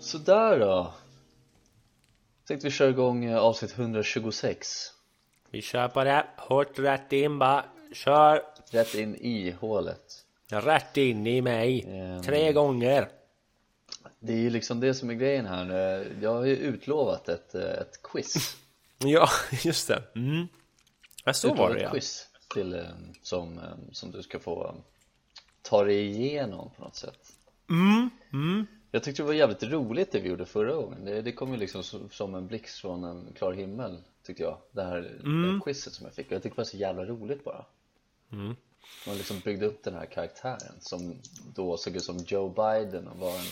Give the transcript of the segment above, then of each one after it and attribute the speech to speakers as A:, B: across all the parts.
A: Sådär då. Tänkte vi köra igång eh, avsnitt 126.
B: Vi kör på det. Hårt rätt in bara. Kör
A: Rätt in i hålet.
B: rätt in i mig.
A: Ehm.
B: Tre gånger.
A: Det är ju liksom det som är grejen här. nu. Jag har ju utlovat ett, eh, ett quiz.
B: Ja, just det. Mm. Ja, så var
A: Utlovat
B: det
A: ett
B: ja.
A: quiz till, eh, som, eh, som du ska få eh, ta dig igenom på något sätt. Jag tyckte det var jävligt roligt det vi gjorde förra gången. Det, det kom ju liksom som, som en blixt från en klar himmel tyckte jag. Det här det här quizet som jag fick. Och jag tyckte det var så jävla roligt bara. Man liksom byggde upp den här karaktären som då såg ut som Joe Biden och var en,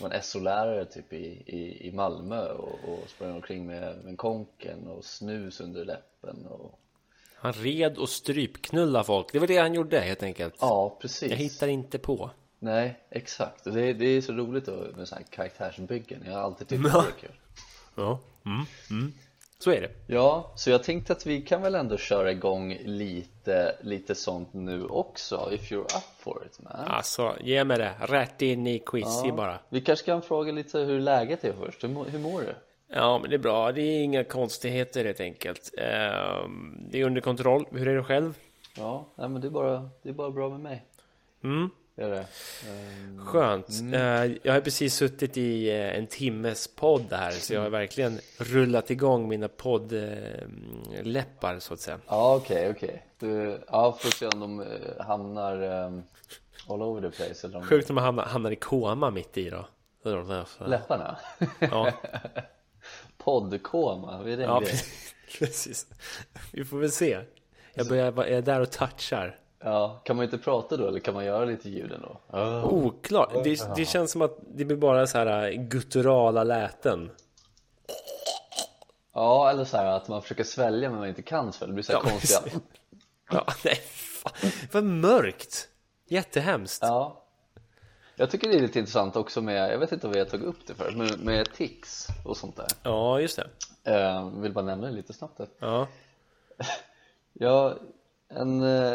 A: var en SO-lärare typ i, i, i Malmö och, och sprang omkring med, med konken och snus under läppen och
B: Han red och strypknulla folk. Det var det han gjorde helt enkelt.
A: ja precis.
B: Jag hittar inte på.
A: Nej, exakt. Och Det, det är så roligt då med sådana här karaktärsbyggen. Jag har alltid tyckt att det är kul.
B: Ja. Mm. Mm. Så är det.
A: Ja, så jag tänkte att vi kan väl ändå köra igång lite, lite sånt nu också, if you're up for it man.
B: Alltså, ge mig det. Rätt in i quizy bara.
A: Vi kanske kan fråga lite hur läget är först, hur, mår- hur mår du?
B: Ja, men det är bra. Det är inga konstigheter helt enkelt. Ehm, det är under kontroll. Hur är det själv?
A: Ja, nej, men det är, bara, det är bara bra med mig.
B: Mm.
A: Är det? Ehm,
B: Skönt.
A: Mm.
B: Eh, Jag har precis suttit i eh, en timmes podd här, så jag
A: Mm.
B: har verkligen rullat igång mina poddläppar så att säga.
A: Ja, okej, okej. Du, Ja, får se om de eh, hamnar um, all over the place eller om
B: Sjukt när man hamnar, hamnar i koma mitt i då. Så de där, så-
A: läpparna.
B: Ja,
A: Poddkoma, vad är det?
B: ja
A: Ja,
B: precis. Vi får väl se. Jag börjar, jag är där och touchar.
A: ja, kan man inte prata då eller kan man göra lite ljud ändå? Ja.
B: Oklart. Det, det känns som att det blir bara så här eh, gutturala läten.
A: Ja, eller så här att man försöker svälja men man inte kan svälja, det blir så här
B: Ja,
A: konstiga
B: precis. Ja, nej, fan. Vad mörkt. Jättehemskt.
A: Ja Jag tycker det är lite intressant också med, jag vet inte vad jag tog upp det för, med, med tics och sånt där
B: Ja, just det.
A: eh, Vill bara nämna det lite snabbt här.
B: Ja.
A: jag, en, eh,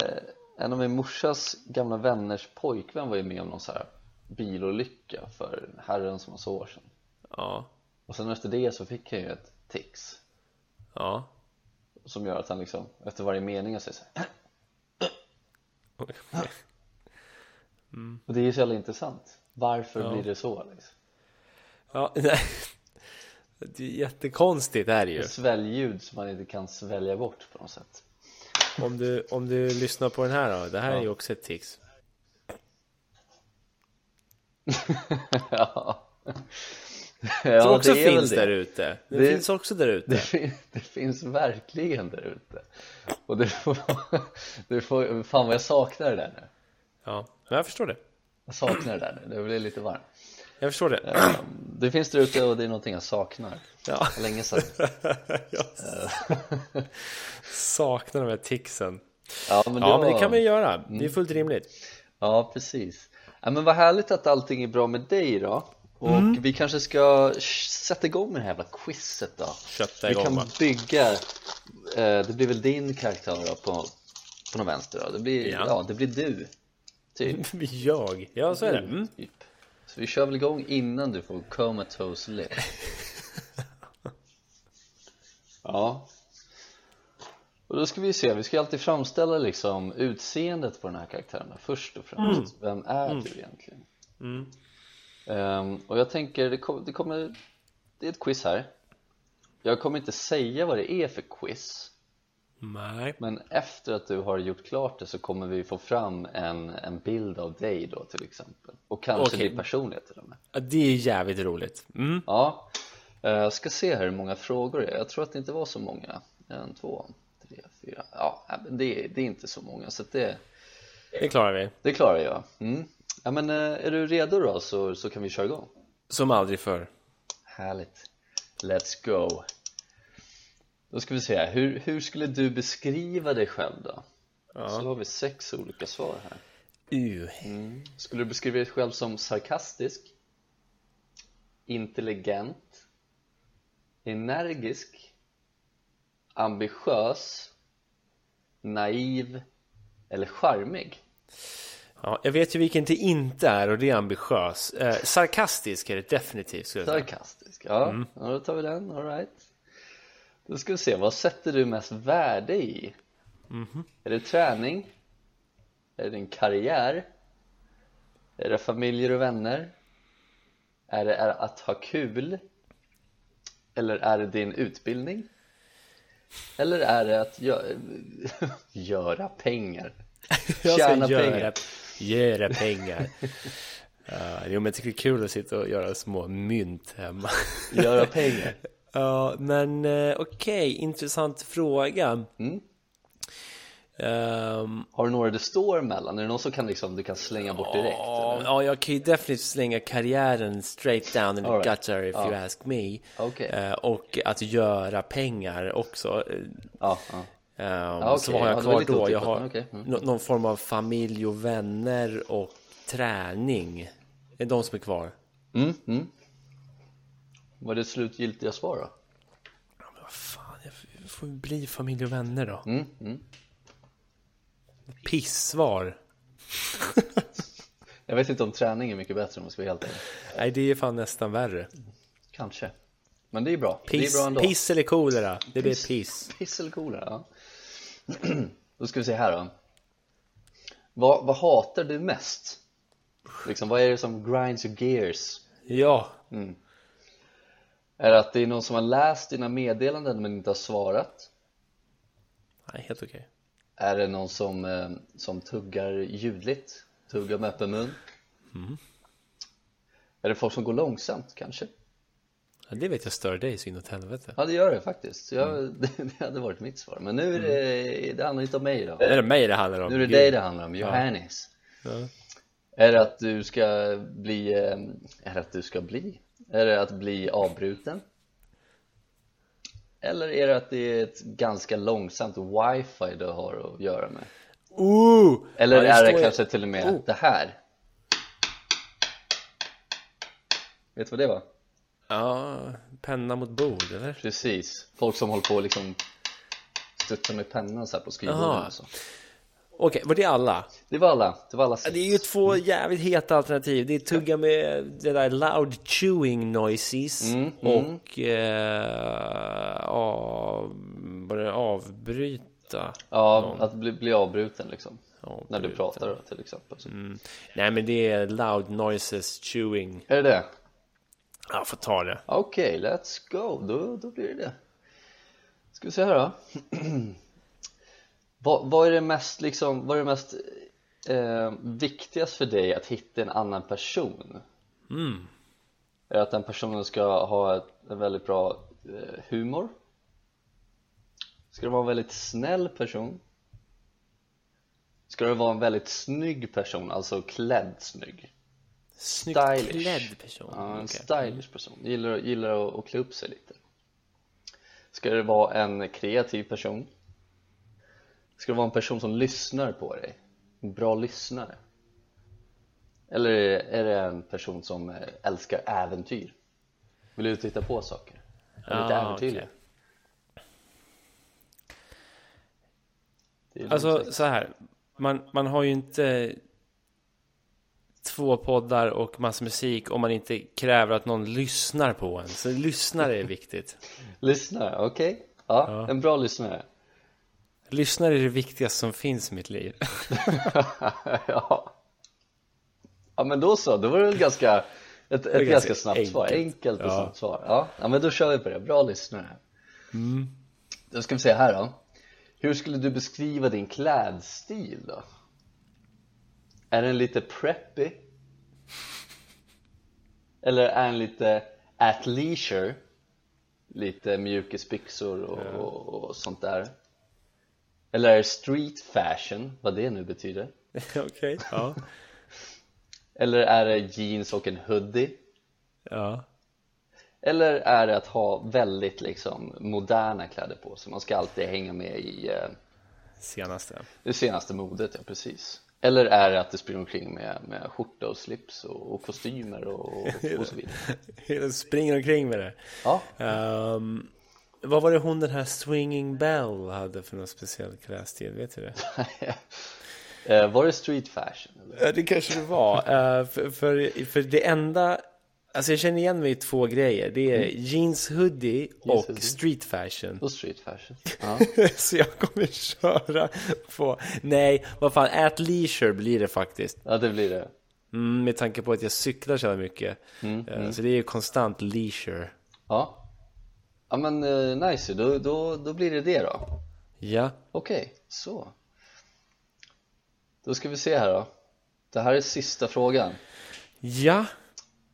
A: en av min morsas gamla vänners pojkvän var ju med om någon så här bilolycka för herren som var så år sedan
B: Ja.
A: Och sen efter det så fick han ju ett tics
B: Ja.
A: Som gör att han liksom, efter varje mening säger så här,
B: Mm.
A: Och det är ju så jävla intressant Varför blir det så liksom?
B: Ja, nej. Det är jättekonstigt det här är ju.
A: Sväljljud som man inte kan svälja bort på något sätt
B: Om du, om du lyssnar på den här då. Det här är ju också ett tics.
A: Ja,
B: Som
A: ja
B: också
A: det är väl
B: finns
A: det.
B: där ute. Det,
A: Det-
B: finns också där
A: Det,
B: ute.
A: fin- det finns verkligen där ute. Och det får, det får, fan vad jag saknar det där nu.
B: Ja, men jag förstår det.
A: Jag saknar det där nu, det blir lite varmt. Um,
B: Jag förstår det.
A: Det finns där ute och det är någonting jag saknar.
B: Ja.
A: Länge sedan.
B: Jag saknar de här ticsen.
A: Ja Mm. men det,
B: Ja, men det
A: var-
B: kan man ju göra. Det är fullt rimligt.
A: Ja precis. Ja, men vad härligt att allting är bra med dig då. Och
B: Mm.
A: vi kanske ska sh- sätta igång med det här jävla quizet då.
B: Kötta
A: Vi
B: igång,
A: kan
B: va?
A: bygga, eh, det blir väl din karaktär då på, på någon vänster då. Det blir, ja.
B: Ja.
A: det blir du. Typ.
B: Jag? Ja, så är det. Mm.
A: typ. Så vi kör väl igång innan du får comatose lip. ja. Och då ska vi se, vi ska alltid framställa liksom utseendet på den här karaktären först och främst.
B: Mm.
A: Vem är du egentligen? Ehm, och jag tänker, det, kom, det kommer, det är ett quiz här. Jag kommer inte säga vad det är för quiz.
B: Nej.
A: Men efter att du har gjort klart det så kommer vi få fram en, en bild av dig då till exempel Och kanske
B: Okej.
A: din personlighet till och med
B: Ja, Det är jävligt roligt. Mm.
A: Ja, eh, jag ska se här hur många frågor det är Jag tror att det inte var så många En, två, tre, fyra Ja, nej, men det, det är inte så många så att det,
B: Det klarar vi.
A: det klarar jag mm. Ja men eh, är du redo då så, så kan vi köra igång
B: Som aldrig förr.
A: Härligt Let's go Då ska vi se, hur, hur skulle du beskriva dig själv då? Ja. Så har vi sex olika svar här
B: U.
A: Mm. Skulle du beskriva dig själv som sarkastisk? Intelligent? Energisk? Ambitiös? Naiv? Eller charmig?
B: Ja, jag vet ju vilken det inte är och det är ambitiös. Eh, sarkastisk är det definitivt. skulle jag säga.
A: Sarkastisk, ja.
B: Mm.
A: ja då tar vi den, alright Då ska vi se, vad sätter du mest värde i?
B: Mhm.
A: Är det träning? Är det din karriär? Är det familjer och vänner? Är det är att ha kul? Eller är det din utbildning? Eller är det att gö- göra pengar?
B: Jag ska
A: Tjäna
B: göra,
A: pengar.
B: göra pengar. Eh, jo, men jag tycker det är kul att sitta och göra små mynt hemma.
A: Göra pengar?
B: Ja, men eh, okej, intressant fråga.
A: Mm.
B: Ehm,
A: Har du några det står mellan? Är det någon som kan liksom, du kan slänga bort direkt?
B: Ja,
A: eller?
B: ja, jag kan ju definitivt slänga karriären straight down in the
A: All right.
B: gutter if you ask me.
A: Okej.
B: Eh, och att göra pengar också. Eh,
A: Ja, ja.
B: ehm,
A: okej.
B: Så vad har
A: Ja,
B: jag
A: det var
B: kvar
A: lite
B: då? Jag
A: otippat,
B: har
A: men okej. Mm.
B: nå- någon form av familj och vänner och träning. Det är de som är kvar.
A: Mm, mm. Vad är det slutgiltiga svar då?
B: Ja, men vad Ah, fan, jag f- får ju bli familj och vänner då.
A: Mm, mm.
B: Pissvar.
A: Jag vet inte om träning är mycket bättre om jag ska vara helt ärlig.
B: Nej, det är fan nästan värre.
A: Kanske. Men det är bra.
B: Piss,
A: det är bra ändå.
B: piss eller kolera? Det blir
A: Piss.
B: piss.
A: Piss eller kolera, ja. då ska vi se här då. Vad, vad hatar du mest? Liksom, vad är det som grinds your gears?
B: Ja.
A: Är det att det är någon som har läst dina meddelanden men inte har svarat?
B: Nej, helt okej.
A: Är det någon som, eh, som tuggar ljudligt? Tuggar med öppen mun?
B: Mm.
A: Är det folk som går långsamt kanske?
B: Ja, det vet jag stör dig så inåt helvete.
A: Ja det gör det faktiskt, jag,
B: Mm.
A: det, det hade varit mitt svar Men nu är det, det handlar inte om mig idag
B: Är det mig det handlar om?
A: Nu är det
B: Mm. Eh, Gud.
A: dig det handlar om, Johannes
B: Ja.
A: Är det att du ska bli, eh, är det att du ska bli? Är det att bli avbruten? Eller är det att det är ett ganska långsamt wifi du har att göra med?
B: Ooh!
A: Eller
B: Oh! Ja,
A: är det
B: står-
A: kanske till och med
B: Oh.
A: det här? Vet du vad det var?
B: Ja, penna mot bord eller?
A: Precis, folk som håller på och liksom studsar med pennan så här på
B: Jaha.
A: skrivbordet och så.
B: Okej, var det alla?
A: Det var alla, det var alla
B: Ja,
A: sex.
B: Det är ju två
A: Mm.
B: jävligt heta alternativ. Det är tugga med det där loud chewing noises
A: Mm,
B: och eh, av, var det avbryta.
A: Ja, att bli, bli avbruten liksom.
B: Avbryta.
A: När du pratar då, till exempel. Så.
B: Mm. Nej men det är loud noises chewing.
A: Är det det?
B: Jag får ta det.
A: Okej, let's go. Då, då blir det det. Ska vi se här då. vad, vad är det mest, liksom, vad är det mest eh, viktigast för dig att hitta en annan person?
B: Mm.
A: Är det att den personen ska ha ett, en väldigt bra eh, humor? Ska det vara en väldigt snäll person? Ska det vara en väldigt snygg person, alltså klädd snygg?
B: Snyggt
A: Stylish.
B: klädd person.
A: Ja, en
B: Mm, Okej.
A: stylish person, gillar, gillar att, att klä upp sig lite Ska det vara en kreativ person? Ska det vara en person som lyssnar på dig? En bra lyssnare? Eller är det en person som eh, älskar äventyr? Vill ut och hitta på saker? Är lite
B: Ah,
A: äventyrlig?
B: okej.
A: Det är
B: Alltså
A: lite-
B: så här, man, man har ju inte två poddar och massa musik om man inte kräver att någon lyssnar på en. Så lyssnare är viktigt.
A: Lyssnare, okej? Ja, en bra lyssnare
B: Lyssnare är det viktigaste som finns i mitt liv.
A: ja. ja men då så, då var det väl ganska ett, ett
B: ganska
A: ganska, snabbt svar,
B: enkelt.
A: enkelt och
B: Ja.
A: snabbt svar ja. ja men då kör vi på det, bra lyssnare
B: Mm.
A: Då ska vi se här då Hur skulle du beskriva din klädstil då? Är den lite preppy? Eller är den lite athleisure? Lite mjukisbyxor och, och, och sånt där Eller är det street fashion, vad det nu betyder
B: Okej. Ja.
A: eller är det jeans och en hoodie?
B: ja.
A: Eller är det att ha väldigt liksom moderna kläder på sig? Man ska alltid hänga med i eh,
B: Senaste.
A: Det senaste modet, ja precis. Eller är det att det springer omkring med, med skjorta och slips och, och kostymer och, och så vidare?
B: De springer omkring med det.
A: Ja,
B: Ehm, vad var det hon den här Swinging Bell hade för någon speciell klädstil? Vet du det?
A: eh, var det street fashion? Eller?
B: Ja, det kanske det var. Eh, för, för, för det enda... Alltså jag känner igen mig i två grejer. Det är jeans hoodie och
A: hoodie.
B: street fashion.
A: Och street fashion? Ja.
B: Så jag kommer köra på... Nej, vad fan, at leisure blir det faktiskt.
A: ja, det blir det.
B: Mm, med tanke på att jag cyklar så jävla mycket. Eh, Så det är ju konstant leisure.
A: Ja, ja men eh, nice, då, då, då blir det det då.
B: Ja.
A: Okej, så. Då ska vi se här då. Det här är sista frågan
B: Ja.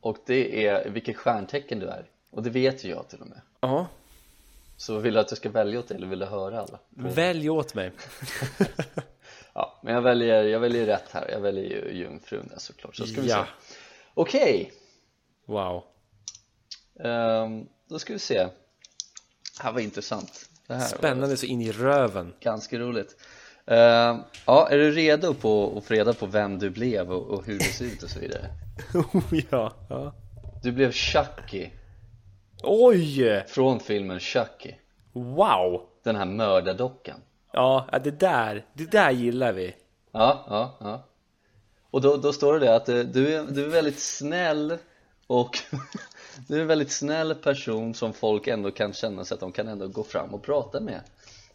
A: och det är vilket stjärntecken du är. Och det vet ju jag till och med.
B: Ja.
A: Så vill du att jag ska välja åt dig eller vill du höra alla?
B: Välj åt mig.
A: Ja, men jag väljer, jag väljer rätt här. Jag väljer ju jungfrun där såklart. Så ska vi
B: Ja.
A: se. Okej,
B: Wow.
A: ehm, då ska vi se. Det här var intressant. Det här var
B: Spännande så in i röven.
A: ganska roligt. Ehm, ja, är du redo på att få reda på vem du blev och, och hur du ser ut och så vidare?
B: Oh, ja. ja.
A: Du blev Chucky
B: Oj!
A: från filmen Chucky.
B: Wow!
A: Den här mördardockan.
B: Ja, ja, det där, det där gillar vi.
A: Ja, ja, ja. Och då, då står det det att eh, du är, du är väldigt snäll och du är en väldigt snäll person som folk ändå kan känna sig att de kan ändå gå fram och prata med.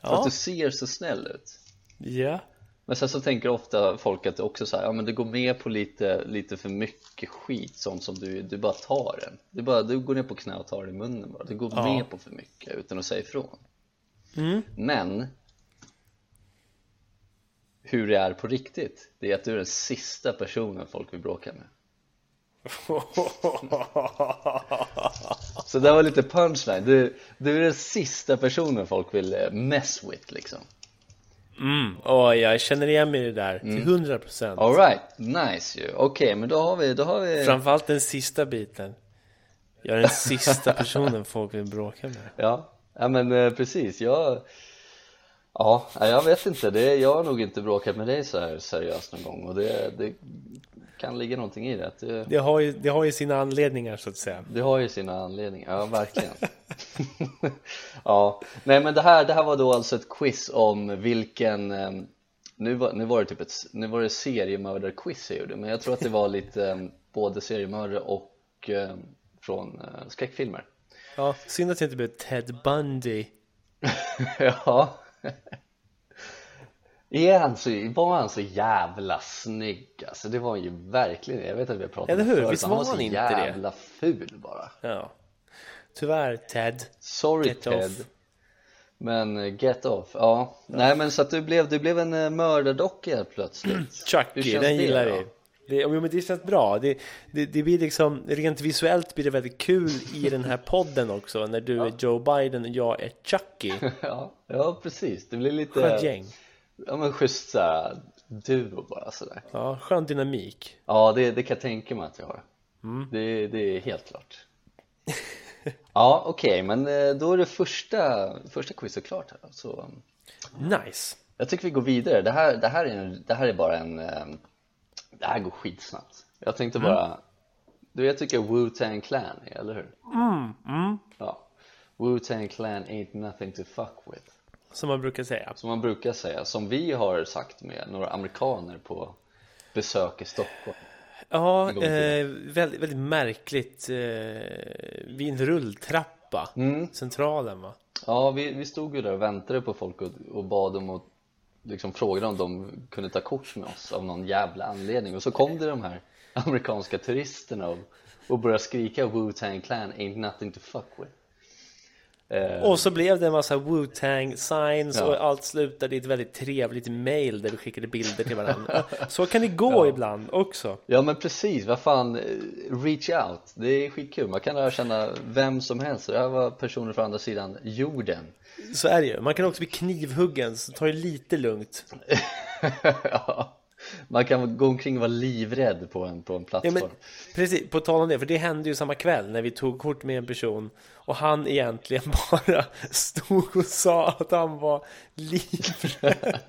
A: För
B: Ja.
A: att du ser så snäll ut.
B: Ja.
A: Men sen så tänker ofta folk att det också så här, ja men du går med på lite, lite för mycket skit sånt som du, du bara tar den. Du, bara, du går ner på knä och tar den i munnen bara. Du går
B: Ja.
A: med på för mycket utan att säga ifrån. Men hur det är på riktigt, det är att du är den sista personen folk vill bråka med. Så det var lite punchline. Du, du är den sista personen folk vill eh, mess with liksom.
B: Mm. Oj, jag känner igen mig i det där till 100 procent.
A: Alright, nice ju. Okej, men då har vi, då har vi...
B: Framförallt den sista biten. Jag är den sista personen folk vill bråka med.
A: Ja, ja men eh, precis. Jag, ja, nej, jag vet inte. Det, jag har nog inte bråkat med dig så här seriöst någon gång och det, det kan ligga någonting i det. Att Det,
B: Det har, ju, det har ju sina anledningar så att säga.
A: det har ju sina anledningar, ja verkligen. ja, nej men det här, det här var då alltså ett quiz om vilken eh, nu var, nu var det typ ett nu var det seriemördar-quiz jag gjorde, men jag tror att det var lite eh, både seriemördare och eh, från eh, skräckfilmer.
B: Ja, synd att det inte blev Ted Bundy.
A: Ja. Är han så, var han så jävla snygg alltså? Det var han ju verkligen Jag vet att vi har pratat om
B: Eller
A: det
B: hur?
A: förut,
B: Visst
A: men
B: var
A: så
B: han inte det?
A: jävla ful bara
B: Ja. Tyvärr Ted.
A: Sorry
B: Get
A: Ted
B: off.
A: Men eh, get off, ja Nej men så att du blev, du blev en eh, mördardocka helt plötsligt Hur
B: Chucky,
A: känns
B: den
A: det
B: gillar
A: då?
B: vi. Det, jo, men det känns bra. Det, det, det blir liksom, rent visuellt blir det väldigt kul i den här podden också. När du är Joe Biden och jag är Chucky.
A: Ja, ja precis, det blir lite
B: Skönt gäng.
A: Ja men schysst såhär duo bara sådär
B: Ja, skön dynamik.
A: Ja, det, det kan jag tänka mig att jag har. Det, det är helt klart. ja, okej, men eh, då är det första, första quizet klart här. Så um,
B: Nice.
A: jag tycker vi går vidare. Det här, det här, är, en, det här är bara en... um, Det här går skitsnabbt. Jag tänkte bara... Du, jag tycker Wu-Tang Clan, är, eller hur? Ja. Wu-Tang Clan ain't nothing to fuck with.
B: Som man brukar säga.
A: Som man brukar säga, som vi har sagt med några amerikaner på besök i Stockholm.
B: Ja,
A: En gång till.
B: eh, väldigt, väldigt märkligt. Eh, vid en rulltrappa.
A: Mm.
B: Centralen va?
A: Ja, vi, vi stod ju där och väntade på folk och, och bad dem och liksom frågade om de kunde ta kort med oss av någon jävla anledning och så kom det de här amerikanska turisterna och, och började skrika Wu-Tang Clan ain't nothing to fuck with eh,
B: Och så blev det en massa Wu-Tang signs
A: Ja.
B: och allt slutade i ett väldigt trevligt mail där vi skickade bilder till varandra. så kan det gå ibland också.
A: Ja men precis, vad fan, eh, reach out, det är skitkul, man kan lära känna vem som helst det här var personer från andra sidan jorden
B: Så är det ju. Man kan också bli knivhuggen, så ta det lite lugnt.
A: ja. Man kan gå omkring och vara livrädd på en, på en
B: Ja,
A: plattform
B: men, precis, på tal om det, för det hände ju samma kväll när vi tog kort med en person och han egentligen bara stod och sa att han var livrädd.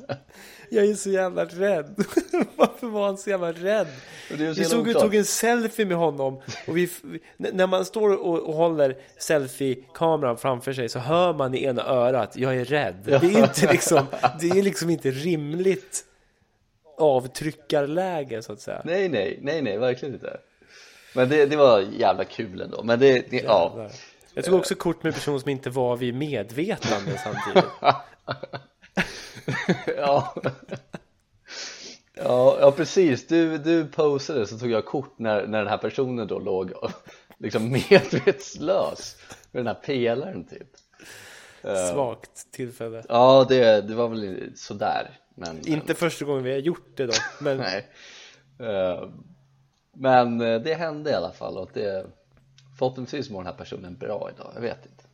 B: Jag är så jävla rädd. Varför var han så jävla rädd?
A: Och det är ju så
B: Vi
A: jävla
B: såg och
A: oklart.
B: tog en selfie med honom och vi, vi- n- när man står och, och håller selfie-kameran framför sig så hör man i ena örat jag är rädd. Det är inte liksom, det är liksom inte rimligt avtryckarläge så att säga.
A: Nej, nej, nej, nej, verkligen inte Men det, det var jävla kul ändå, men det, det ja
B: Jävlar. Jag tog också kort med personer som inte var vid medvetande samtidigt.
A: Ja. ja, ja precis. Du, du posade så tog jag kort när, när den här personen då låg och liksom medvetslös med den här pelaren typ.
B: Svagt tillfälle.
A: Ja, det, det var väl sådär. Men,
B: Inte första gången vi har gjort det dock, men
A: men, nej. Eh, men eh, det hände i alla fall och det, förhoppningsvis mår den här personen bra idag. Jag vet inte.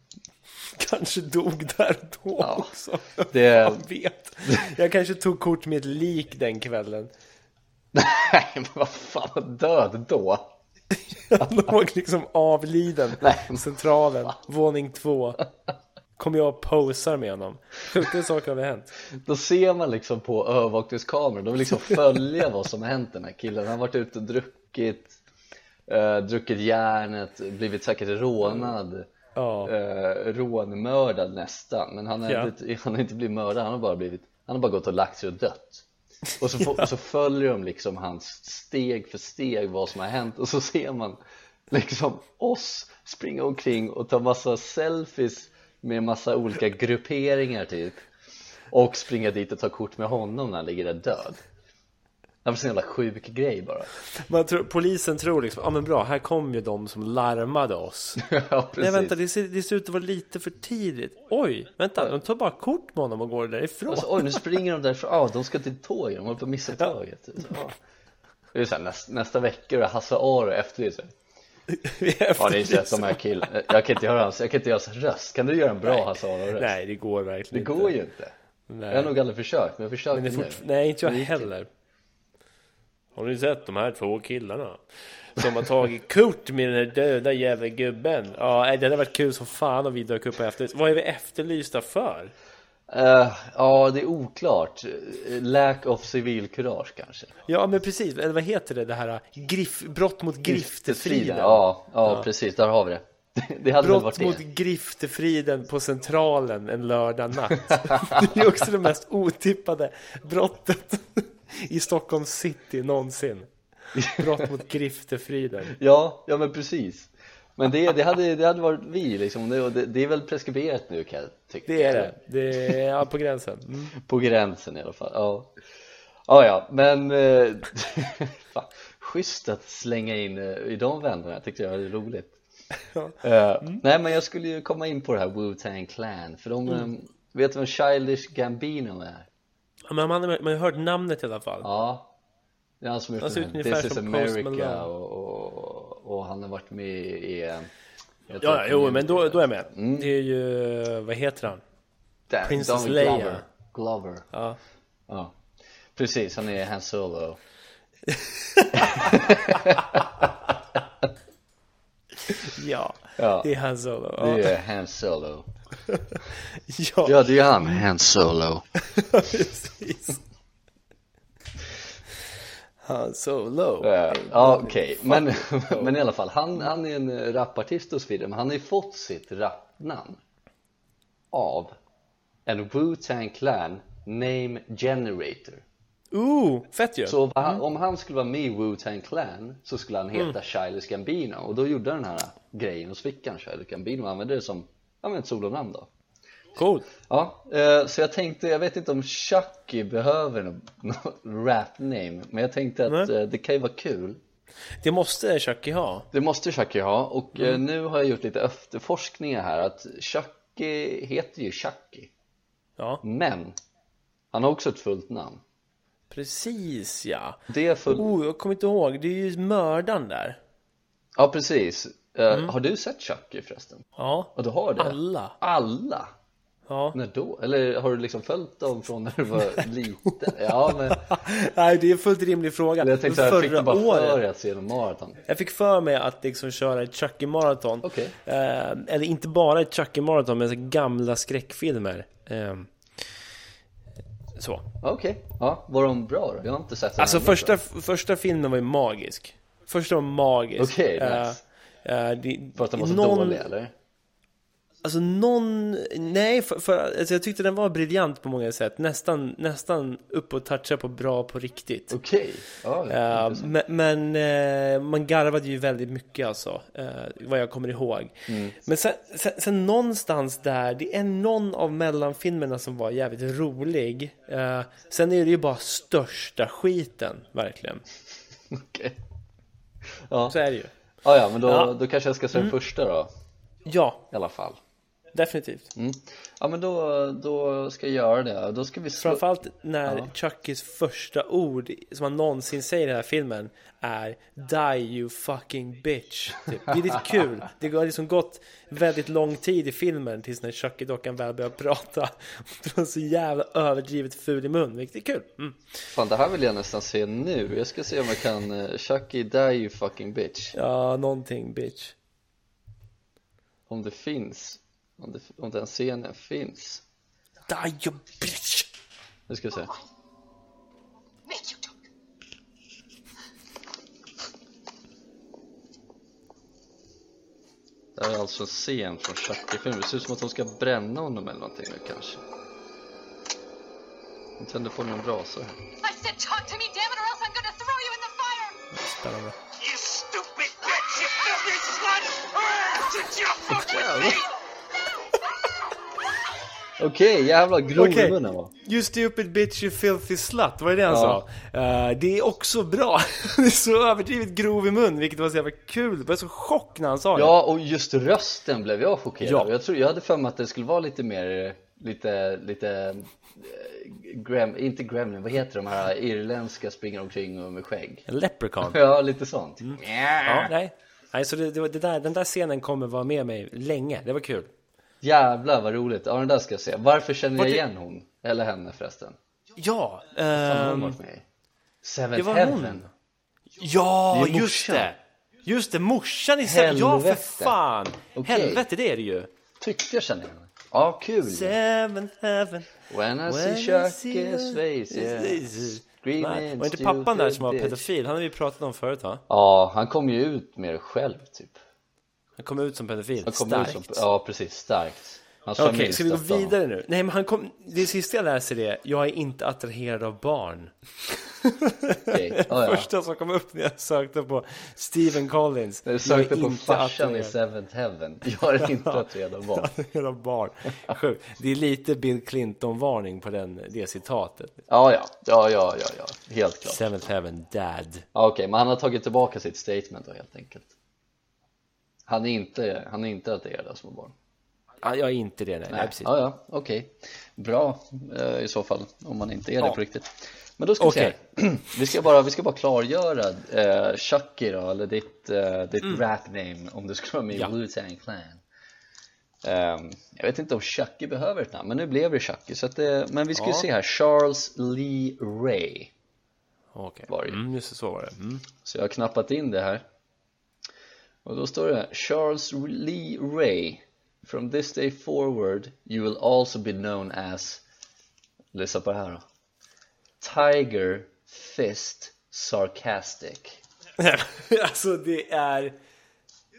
B: kanske dog där och då
A: Ja.
B: också.
A: Det-
B: Jag vet. Jag kanske tog kort med ett lik den kvällen.
A: Nej, men vad fan var död då?
B: Han låg liksom avliden
A: Nej,
B: på centralen, våning två. Kom jag och posar med honom. Sjuka saker hade hänt.
A: Då ser man liksom på övervakningskameran, de vill liksom följa vad som har hänt den här killen Han har varit ute och druckit, eh, druckit järnet, blivit säkert rånad,
B: Ja.
A: eh, rånmördad nästan Men han har,
B: Ja.
A: inte, han har inte blivit mördad, han har bara blivit, han har bara gått och lagt sig och dött och så, får- och så följer de liksom hans steg för steg vad som har hänt och så ser man liksom oss springa omkring och ta massa selfies med massa olika grupperingar typ och springa dit och ta kort med honom när han ligger där död Det var en sån jävla sjuk grej bara
B: Man tror, polisen tror liksom, ja ah, men bra, här kom ju de som larmade oss.
A: Ja
B: Nej
A: precis
B: vänta, det ser, det ser ut att vara lite för tidigt. Oj, vänta, de tar bara kort med honom och går därifrån.
A: och så, Alltså, Oj nu springer de därifrån, ah, de ska till tåget, de håller på att missa tåget typ. Så, ah. Det är såhär nästa, nästa vecka och det är Hasse Aro efter det så här, Ja det är så att de här killen, jag kan inte göra hans, jag kan inte göra hans röst, kan du göra en bra Hasse Aro-röst?
B: Nej, det går verkligen
A: Det går
B: inte.
A: ju inte
B: Nej.
A: Jag har nog aldrig försökt, men jag försöker
B: Men det är
A: nu
B: fort... Nej, inte jag heller. Har ni sett de här två killarna? Som har tagit kort med den här döda jävla gubben. Ja, nej, det hade varit kul som fan om vi dök upp på efterlyst. Vad är vi efterlysta för?
A: Eh, Ja det är oklart, lack of civilkurage kanske
B: Ja, men precis. Eller vad heter det? Det här griff... brott mot griftefriden.
A: Ja, ja, precis, där har vi det Det hade väl varit
B: Brott
A: det
B: mot griftefriden på Centralen en lördag natt. Det är också det mest otippade brottet i Stockholm city någonsin. Brott mot griftefriden.
A: Ja, ja men precis Men det, det, hade, det hade varit vi liksom, det, och det, det är väl preskriberat nu kan jag tycka
B: Det är det. Det är ja, på gränsen. Mm.
A: På gränsen i alla fall, ja Ja, ja, men eh, fan, schysst att slänga in eh, i de vändorna, tyckte jag var roligt Eh,
B: Mm.
A: Nej, men jag skulle ju komma in på det här Wu-Tang Clan, för de,
B: Mm.
A: eh, vet du vem Childish Gambino är?
B: Ja, Men man, man har ju hört namnet i alla fall.
A: Ja, det är han som har
B: Han
A: gjort
B: ser
A: den
B: ut
A: här
B: ungefär
A: This is
B: som Post
A: America
B: Malone.
A: och, och, och han har varit med i eh, jag tror
B: Ja,
A: att
B: jo,
A: han-
B: men då, då är jag med. Det är ju, vad heter han?
A: Dan-
B: Princess
A: Donald
B: Leia.
A: Glover, Glover.
B: Ja.
A: Ja. Precis, han är Han Solo
B: Ja,
A: Ja.
B: det är han Solo. Ja.
A: Det är Han Solo
B: Ja,
A: Ja, det är han, Han Solo
B: precis. Han Solo.
A: Eh, Ja, okej, men, men i alla fall, han, han är en eh, rapartist och så vidare, men han har ju fått sitt rapnamn av en Wu-Tang Clan Name Generator
B: Ooh, fett ju.
A: Så vad han, om han skulle vara med i Wu-Tang Clan så skulle han heta Childish Gambino och då gjorde han den här grejen och så fick han Childish Gambino och använde det som, ja men ett solonamn då
B: Coolt.
A: Ja, eh, så jag tänkte, jag vet inte om Chucky behöver något no, rap name men jag tänkte att eh, det kan ju vara kul
B: Det måste Chucky ha.
A: Det måste Chucky ha och
B: Mm.
A: eh, nu har jag gjort lite efterforskningar här att Chucky heter ju Chucky
B: Ja,
A: men han har också ett fullt namn
B: precis ja.
A: Det är fullt,
B: Oh, jag kommer inte ihåg. Det är ju mördaren där.
A: ja
B: Mm.
A: precis Eh, Har du sett Chucky förresten?
B: Ja,
A: Ja du har det?
B: alla.
A: Alla?
B: Ja.
A: När då? Eller har du liksom följt dem från när du var liten? Ja men
B: Nej, det är en fullt rimlig fråga.
A: jag tänkte såhär, jag fick det bara
B: året-
A: för att se en maraton
B: Jag fick för mig att liksom köra ett Chucky Marathon.
A: Okej.
B: Eh, eller inte bara ett Chucky Marathon, men så gamla skräckfilmer. Eh, så.
A: Okej, ja, var de bra då? Jag har inte sett den
B: Alltså
A: här
B: första, första filmen var ju magisk. Första var magisk.
A: Okej,
B: Eh,
A: nice.
B: eh, det-
A: För att den var så dålig eller?
B: Alltså någon, nej, för, för alltså jag tyckte den var briljant på många sätt. Nästan, nästan upp och toucha på bra på riktigt.
A: Okej, ja, det är
B: Eh,
A: intressant.
B: men men eh, man garvade ju väldigt mycket alltså, eh, vad jag kommer ihåg. Men sen, sen, sen någonstans där, det är någon av mellanfilmerna som var jävligt rolig. Eh, sen är det ju bara största skiten, verkligen.
A: Okej. Ja.
B: Så är det ju.
A: ja, ja men då,
B: Ja.
A: då kanske jag ska se den första då
B: Ja,
A: i alla fall
B: definitivt.
A: mm. Ja men då, då ska jag göra det, då ska vi slå...
B: Framförallt när
A: Ja.
B: Chuckys första ord som han någonsin säger i den här filmen är Die you fucking bitch. Typ. Det är lite kul. Det har liksom gått väldigt lång tid i filmen tills när Chucky-dockan väl börjar prata. Och är så jävla överdrivet ful i mun, vilket är kul. Mm.
A: Fan det här vill jag nästan se nu, jag ska se om jag kan, eh, Chucky die you fucking bitch
B: Ja, någonting bitch.
A: Om det finns, om, det, om den scenen finns
B: Die you bitch!
A: Nu ska vi se
C: Make you talk.
A: Det här är alltså en scen från Chucky-filmen, det ser ut som att de ska bränna honom eller någonting nu kanske De tänder på någon brasa här
C: I said talk to me, damn it, or else I'm gonna throw you in the fire!
B: Spännande.
D: You stupid bitch, you filthy slut! Ah, Did you fuck with me?
A: Okej, jävlar grov
B: Okej.
A: i munnen va?
B: You stupid bitch you filthy slut, vad är det han
A: Ja.
B: sa? Eh, det är också bra. det är så överdrivet grov i mun, vilket var så jävla kul. Jag var så chock när han sa det.
A: Ja, och just rösten blev jag chockerad
B: Ja.
A: ja. jag, tror, jag hade för mig att det skulle vara lite mer, eh, lite, lite eh, Grem, inte Gremlin, vad heter de här irländska springer omkring och med skägg?
B: En leprechaun.
A: Ja, lite sånt
B: Mm. Ja, nej. nej så det, det, var- det där, den där scenen kommer vara med mig länge. Det var kul.
A: Jävlar vad roligt, ja den där ska jag se Varför känner jag
B: Vart är-
A: igen hon? Eller henne förresten?
B: Ja,
A: Har
B: ehm,
A: hon varit med i?
B: det
A: Seventh
B: var
A: Heaven?
B: hon. Ja,
A: Det är
B: just
A: morsan.
B: det. Just det, morsan i Seven. Ja, för
A: Helvete.
B: fan.
A: Okej.
B: Helvete, det är det ju.
A: Tyckte jag kände henne Ja, kul!
B: Seven heaven.
A: When I
B: when
A: see
B: I see
A: Chucky's
B: the-
A: face yeah.
B: Nej,
A: Screaming
B: Var inte pappan där som var
A: stupid bitch.
B: pedofil? Han har vi pratat om förut va?
A: Ja, han kom ju ut med det själv typ
B: Han kom ut som pedofil.
A: Han kom
B: Starkt.
A: ut som, ja precis, starkt Hans
B: Okej,
A: familj
B: ska vi gå
A: stöttade honom.
B: vidare nu? Nej, men han kom... Det sista jag läser är Jag är inte attraherad av barn.
A: Okej, ja, ja.
B: Första som kom upp när jag sökte på Stephen Collins.
A: När du
B: Jag
A: sökte
B: är
A: på
B: inte
A: farsan i
B: attraherad.
A: Seventh Heaven Jag är inte att redan var
B: Era barn. Sjukt. Det är lite Bill Clinton-varning på den, det citatet.
A: Ja, ja, ja, ja, ja, ja. helt klart
B: Seventh heaven, dad.
A: Ja, Okej, men han har tagit tillbaka sitt statement då helt enkelt Han är inte, han är inte att det är deras små barn
B: Ja, jag är inte det, nej. nej. precis.
A: Ja, ja, okej Bra eh, i så fall, om man inte är det
B: Ja.
A: på riktigt Men då ska vi se Vi ska bara, vi ska bara klargöra eh, Chucky då, eller ditt, eh, ditt rap name om du ska vara med i
B: Mm. Ja.
A: Wu-Tang Clan Ehm, Jag vet inte om Chucky behöver ett namn, men nu blev det Chucky så att det, Men vi ska ju
B: Ja.
A: se här, Charles Lee Ray
B: Okej.
A: Var det ju.
B: Mm, just det, så var det. Mm.
A: Så jag har knappat in det här Och då står det Charles Lee Ray From this day forward you will also be known as Lyssna på det här då Tiger Fist Sarcastic
B: alltså, det är...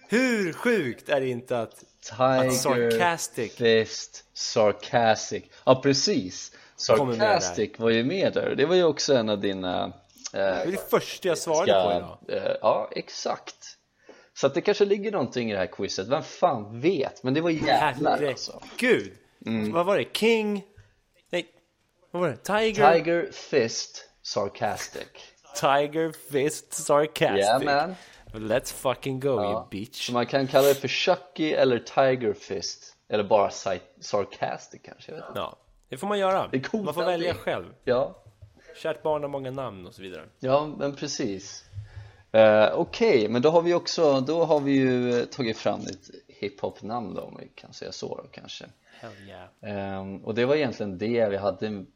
B: Hur sjukt är det inte att...
A: Tiger
B: sarcastic.
A: Fist Sarcastic Ja precis
B: med där.
A: Sarcastic var ju med där Det var ju också en av dina eh,
B: Det är det första jag svarade på idag.
A: Ja, eh, ja, exakt. Så att det kanske ligger någonting i det här quizet, vem fan vet? Men det var jävlar alltså. Mm.
B: Herregud. Mm. Vad var det? King? Nej. Vad var det? Tiger? Tiger,
A: Tiger Fist Sarcastic.
B: Fist Sarcastic.
A: Yeah man.
B: Let's fucking go
A: Ja.
B: you bitch.
A: Så man kan kalla det för Chucky eller Tiger Fist. Eller bara si- Sarcastic kanske, jag vet inte.
B: Ja. Det får man göra.
A: är coolt
B: man får
A: att
B: välja
A: det-
B: själv.
A: Ja,
B: Kärt barn har många namn och så vidare.
A: ja men precis. Eh, Okej, men då har vi också, då har vi ju eh, tagit fram ett hiphop-namn då, om vi kan säga så då, kanske.
B: Hell yeah.
A: Ehm, och det var egentligen det vi hade mm,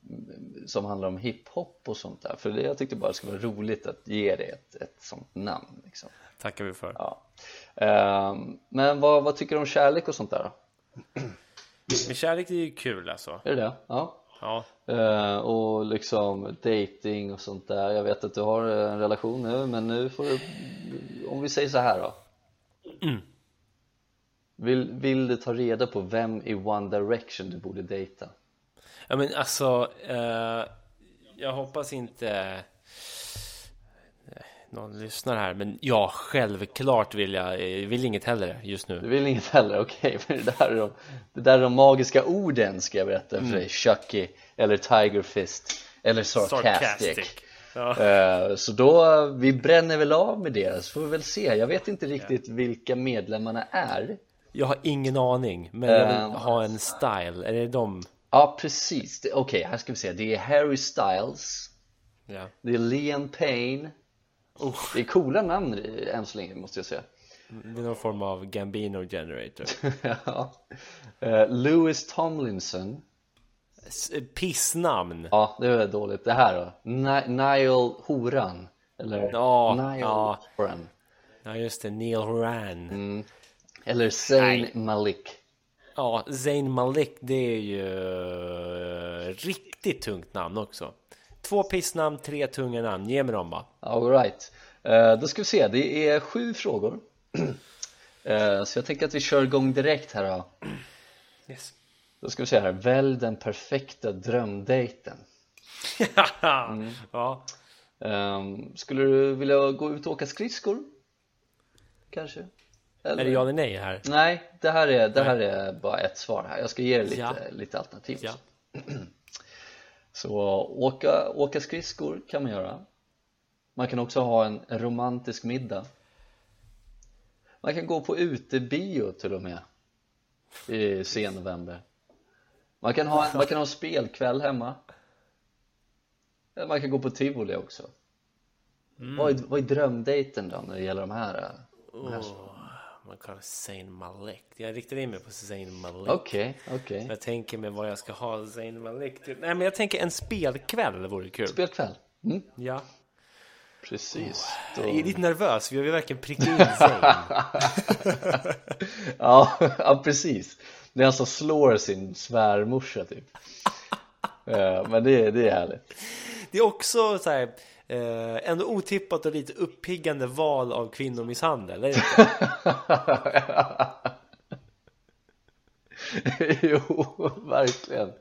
A: som handlar om hiphop och sånt där. För det, jag tyckte bara det skulle vara roligt att ge det ett, ett sånt namn. Liksom.
B: Tackar vi för.
A: Ja. Ehm, men vad, vad tycker du om kärlek och sånt där då?
B: Men kärlek är ju kul alltså.
A: Är det det? Ja.
B: Ja.
A: Eh, och liksom dating och sånt där. Jag vet att du har en relation nu, men nu får du... Om vi säger så här då. Vill, vill du ta reda på vem i One Direction du borde dejta?
B: Ja men alltså, eh, jag hoppas inte eh, någon lyssnar här, men ja, självklart vill jag, eh, vill inget heller just
A: Du
B: nu.
A: vill inget heller? Okej, men det där, är de, det där är de magiska orden ska jag berätta för dig. Chucky, eller Tiger Fist, eller Sarcastic.
B: Ja.
A: Eh, Så då, vi bränner väl av med det, så får vi väl se. Jag vet inte riktigt vilka medlemmarna är.
B: Jag har ingen aning, men jag
A: Ehm.
B: vill ha en style. Är det de?
A: Ja precis, Det- okej här ska vi se, det är Harry Styles,
B: Ja.
A: det är Liam Payne Det är coola namn i- än så länge måste jag säga
B: Det är någon form av Gambino generator.
A: ja. Eh, Lewis Tomlinson,
B: S- eh, Pissnamn!
A: ja det var dåligt det här då Ni- Niall Horan eller
B: Ja,
A: Niall
B: ja.
A: Horan
B: Ja just det, Neil Horan.
A: Mm. eller Zayn Malik
B: Ja, Zayn Malik det är ju eh, riktigt tungt namn också. Två pissnamn, tre tunga namn. Ge mig dem bara.
A: Alright, eh, då ska vi se, det är sju frågor eh, Så jag tänker att vi kör igång direkt här då
B: Yes.
A: Då ska vi se här, välj den perfekta drömdejten Mm.
B: Ja,
A: Ehm, skulle du vilja gå ut och åka skridskor? Kanske? Eller?
B: är det ja eller nej här?
A: Nej, det här, är, det här är bara ett svar här. Jag ska ge dig lite,
B: Ja.
A: lite alternativ.
B: Ja.
A: Så åka, åka skridskor kan man göra. Man kan också ha en romantisk middag. Man kan gå på utebio till och med i sen november. Man kan ha, man kan ha spelkväll hemma. Eller Man kan gå på tivoli också. Vad, är, vad är drömdejten då när det gäller de här? eh, de här sakerna?
B: Man kallar Zayn Malik. Jag riktar in mig på Zayn Malik.
A: Okej, okej.
B: Jag tänker mig vad jag ska ha Zayn Malik till. Nej men jag tänker en spelkväll vore kul.
A: Spelkväll. Mm.
B: Ja.
A: Precis. Då...
B: Jag är lite nervös för jag vill verkligen pricka in Zayn.
A: Ja, ja, precis. Det är han som slår sin svärmorsa typ. Eh, Men det, är- det är härligt.
B: Det är också så här, eh, ändå otippat och lite uppiggande val av kvinnomisshandel. är det inte?
A: jo, verkligen.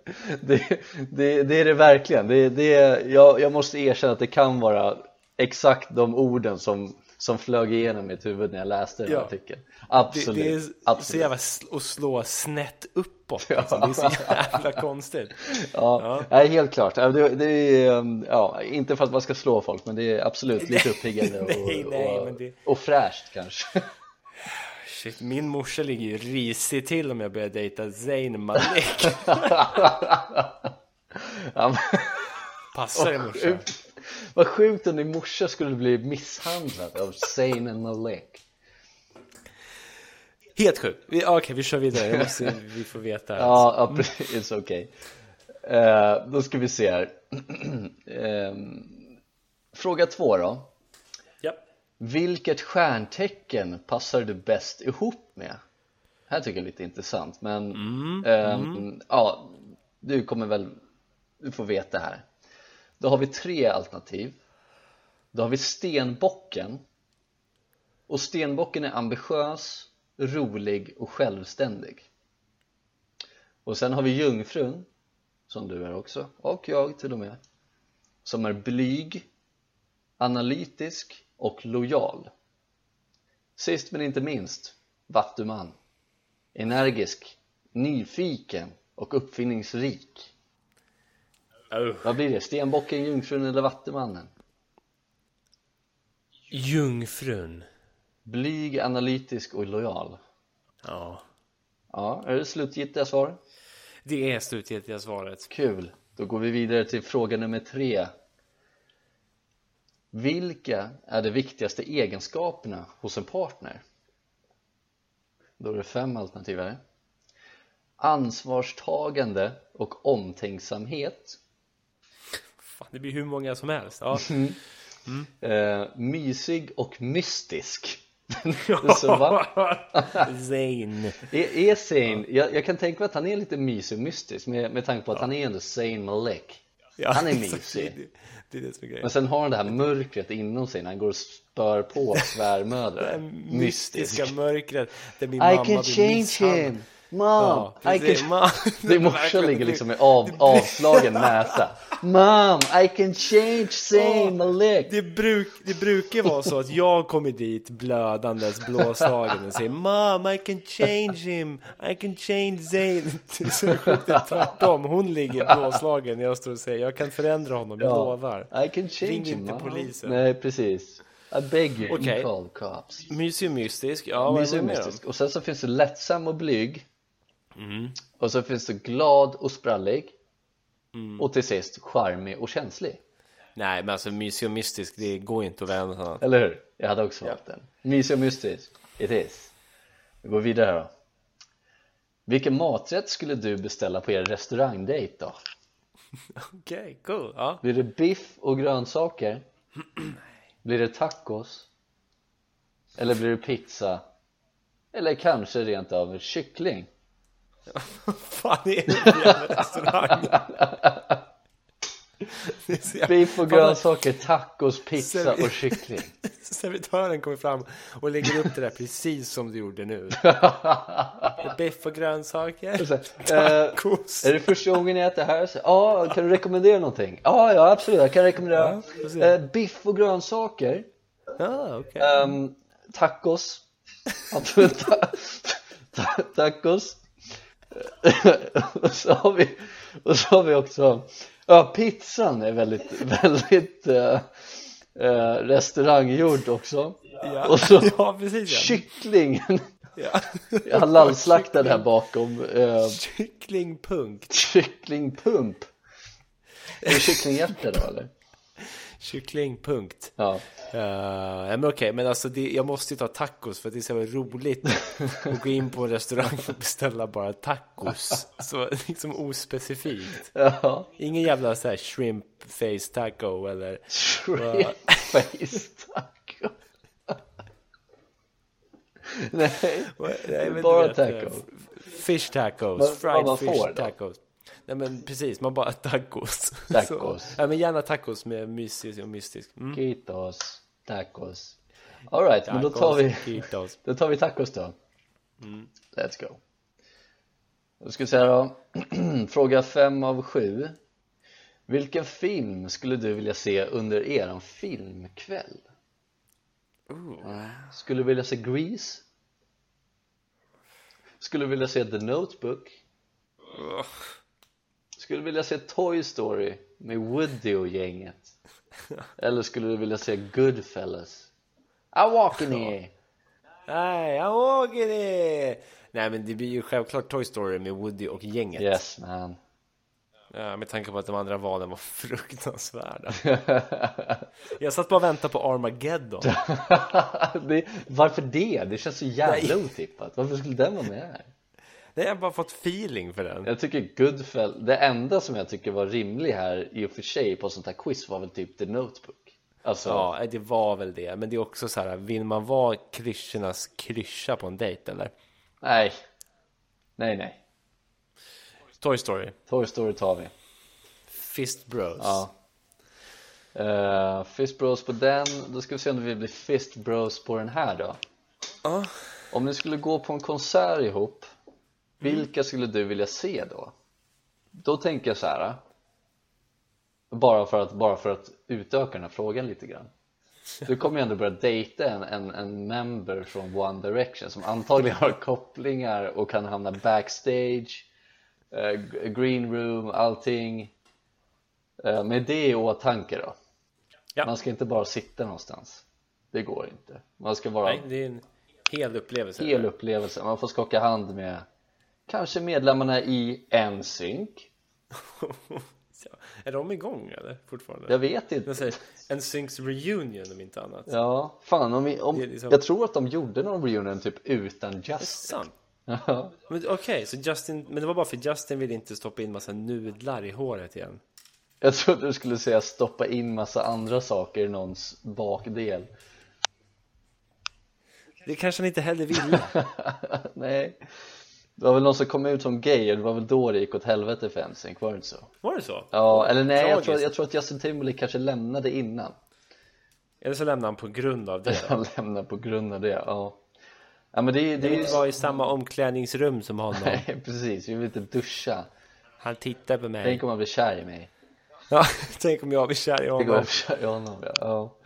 A: Det, det, det är det verkligen. Det, det, jag, jag måste erkänna att det kan vara exakt de orden som, som flög igenom mitt huvud när jag läste den här
B: Ja.
A: artikeln.
B: Det,
A: Absolut.
B: det är så
A: Absolut.
B: jävla sl- att slå snett uppåt. Alltså. Det är så jävla konstigt.
A: Ja, nej, helt klart. Ja, Det, det är, um, ja, inte för att man ska slå folk, men det är absolut lite uppiggande och,
B: Nej, nej,
A: och,
B: men det-
A: och fräscht kanske.
B: Shit, min morsa ligger ju risig till om jag börjar dejta Zayn Malik.
A: Ja, men,
B: Passar det morsa?
A: sjukt. vad sjukt om din morsa skulle bli misshandlad av Zayn and Malik.
B: Helt sjukt. Vi- Okej, vi kör vidare. Jag måste, vi får veta.
A: Ja, ja, pre- it's okay. Eh, då ska vi se här. Ehm, fråga två då.
B: Ja.
A: Vilket stjärntecken passar du bäst ihop med? Här tycker jag är lite intressant men ehm, ja, du kommer väl du får veta här Då har vi tre alternativ Då har vi stenbocken och stenbocken är ambitiös, rolig och självständig Och sen har vi jungfrun som du är också och jag till och med som är blyg analytisk och lojal. Sist men inte minst, vattuman. Energisk, nyfiken och uppfinningsrik.
B: Oh.
A: Vad blir det? Stenbocken, jungfrun eller vattumannen?
B: Jungfrun.
A: Blyg, analytisk och lojal.
B: Ja.
A: Ja, är det slutgiltiga svar?
B: Det är slutgiltiga svaret.
A: Kul! Då går vi vidare till fråga nummer tre. Vilka är de viktigaste egenskaperna hos en partner? Då är det fem alternativ här. Ansvarstagande och omtänksamhet.
B: Fan, det blir hur många som helst. Ja.
A: Eh, mysig och mystisk. Så va?
B: Zane.
A: Är, är Zayn, jag, jag kan tänka mig att han är lite mysig och mystisk med, med tanke på att han är ändå Zayn Malik.
B: Ja,
A: Han är
B: exakt.
A: mysig.
B: Det, det är det som är grejen.
A: Men sen har han det här mörkret inom sig när han går och spör på svärmödrar.
B: Mystiska mörkret. Där min
A: I can
B: mamma blir
A: change
B: misshandlad.
A: him! Mom! I
B: precis.
A: can...
B: Man-
A: Det är morsan
B: verkligen,
A: ligger
B: det-
A: liksom med av, avslagen näsa. Mom! I can change Zayn Malik!
B: Det, bruk, det brukar vara så att jag kommer dit blödandes, blåslagen och säger Mom, I can change him, I can change Zayn. Så det är sjukt, det är tvärtom, hon ligger blåslagen när jag står och säger jag kan förändra honom, jag lovar.
A: I can change
B: Ring
A: him,
B: inte
A: mom.
B: polisen.
A: Nej, precis. I beg you,
B: Okej.
A: call cops.
B: Mysig och mystisk, ja vad är
A: Mysig
B: det
A: och
B: med då?
A: mystisk. Och sen så finns det lättsam och blyg.
B: Mm.
A: Och så finns det glad och sprallig.
B: Mm.
A: Och till sist charmig och känslig.
B: Nej men alltså mysig och mystisk, det går inte att vända sig annat.
A: Eller hur? Jag hade också valt den. Mysig och mystisk. It is. Vi går vidare här då. Vilken maträtt skulle du beställa på er restaurangdejt då?
B: Okej, cool. Ja.
A: Blir det biff och grönsaker? Blir det tacos? Eller blir det pizza? Eller kanske rent av kyckling?
B: fan är det för jävla restaurang? Det är så jävla-
A: Biff och
B: Fan,
A: grönsaker, tacos, pizza
B: Servi-
A: och kyckling
B: Servitören kommer fram och lägger upp det där precis som du gjorde nu. Biff och grönsaker.
A: Så, eh,
B: Tacos.
A: Är det första gången jag äter här? Så, Ja, kan du rekommendera någonting? Ja, ja absolut, jag kan rekommendera
B: Ja, precis.
A: eh, Biff och grönsaker
B: Ah, okej.
A: Ehm, tacos Absolut, ta- ta- Tacos Och så har vi, och så har vi också Ja, pizzan är väldigt, väldigt eh, eh, restauranggjord också
B: Ja.
A: och så-
B: ja, precis. Ja.
A: Kycklingen,
B: Ja.
A: halalslaktad här bakom eh,
B: Kycklingpunkt.
A: Kycklingpump Är det kycklinghjärta då eller?
B: Kycklingpunkt.
A: Ja,
B: Uh, ja, men okej, men alltså det, jag måste ju ta tacos för att det är så jävla roligt att gå in på en restaurang och beställa bara tacos. Så liksom ospecifikt.
A: ja
B: Ingen jävla så här shrimp face taco eller...
A: Shrimp-face taco Nej,
B: Nej, men du
A: bara
B: vet,
A: taco.
B: eh, Fish tacos,
A: Vad-
B: fried
A: vad man
B: fish
A: får då?
B: tacos. Nej men precis, man bara tacos.
A: Tacos.
B: Så, ja, men gärna tacos med mysig och mystisk. Mm.
A: Quitos, tacos Alright, men då tar vi
B: Quitos.
A: Då tar vi tacos då Let's go Då ska vi se här då Fråga fem av sju Vilken film skulle du vilja se under eran filmkväll? Skulle du vilja se Grease? Skulle du vilja se The Notebook? Skulle du vilja se Toy Story med Woody och gänget? Eller skulle du vilja se Goodfellas? I'm walking here!
B: Nej, jag åker det! Nej men det blir ju självklart Toy Story med Woody och gänget.
A: Yes man
B: Ja, Eh, med tanke på att de andra valen var fruktansvärda. jag satt bara och väntade på Armageddon.
A: det, varför det? Det känns så jävla
B: Nej.
A: otippat. Varför skulle den vara med här?
B: Nej, jag har bara fått feeling för den.
A: Jag tycker Goodfell, det enda som jag tycker var rimlig här i och för sig på sånt här quiz var väl typ The Notebook. Alltså,
B: Ja, eh, det var väl det. Men det är också så här, vill man vara klyschornas klyscha på en dejt eller?
A: nej. Nej, nej.
B: Toy Story,
A: Toy Story tar vi.
B: Fist Bros.
A: Ja. Eh, Fist Bros på den, då ska vi se om vi blir Fist Bros på den här då
B: Ja.
A: Om ni skulle gå på en konsert ihop,
B: Mm.
A: vilka skulle du vilja se då? Då tänker jag så här. Bara för att, bara för att utöka den här frågan lite grann Du kommer ju ändå börja dejta en, en, en member från One Direction som antagligen har kopplingar och kan hamna backstage, eh, g- green room, allting Eh, Med det i åtanke då
B: Ja.
A: Man ska inte bara sitta någonstans Det går inte Man ska vara
B: Nej, det är en hel upplevelse.
A: hel upplevelse Man får skaka hand med Kanske medlemmarna i NSYNC
B: Ja. Är de igång eller? Fortfarande?
A: Jag vet inte
B: Jag säger NSYNCs reunion om inte annat. Ja.
A: Ja, fan om, vi, om
B: Det är liksom-
A: jag tror att de gjorde någon reunion typ utan Justin
B: Sant.
A: Ja,
B: Men Okej, så Justin, men det var bara för Justin ville inte stoppa in massa nudlar i håret igen.
A: Jag trodde du skulle säga stoppa in massa andra saker i någons bakdel
B: Det kanske han inte heller ville.
A: Nej Det var väl någon som kom ut som gay och det var väl då det gick åt helvete för NSYNC, var det inte så?
B: Var det så?
A: Ja, eller nej jag
B: Tragiskt.
A: tror, jag tror att Justin Timberlake kanske lämnade innan
B: Eller så lämnade han på grund av det.
A: Han lämnade på grund av det, ja Ja men det, är- det
B: Det
A: är
B: vill
A: ju
B: inte vara i samma omklädningsrum som honom.
A: Nej precis, vi vill inte duscha
B: Han tittar på mig.
A: Tänk om man blir kär i mig
B: Ja, tänk om jag blir kär i
A: Det går
B: honom.
A: att köra honom ja. ja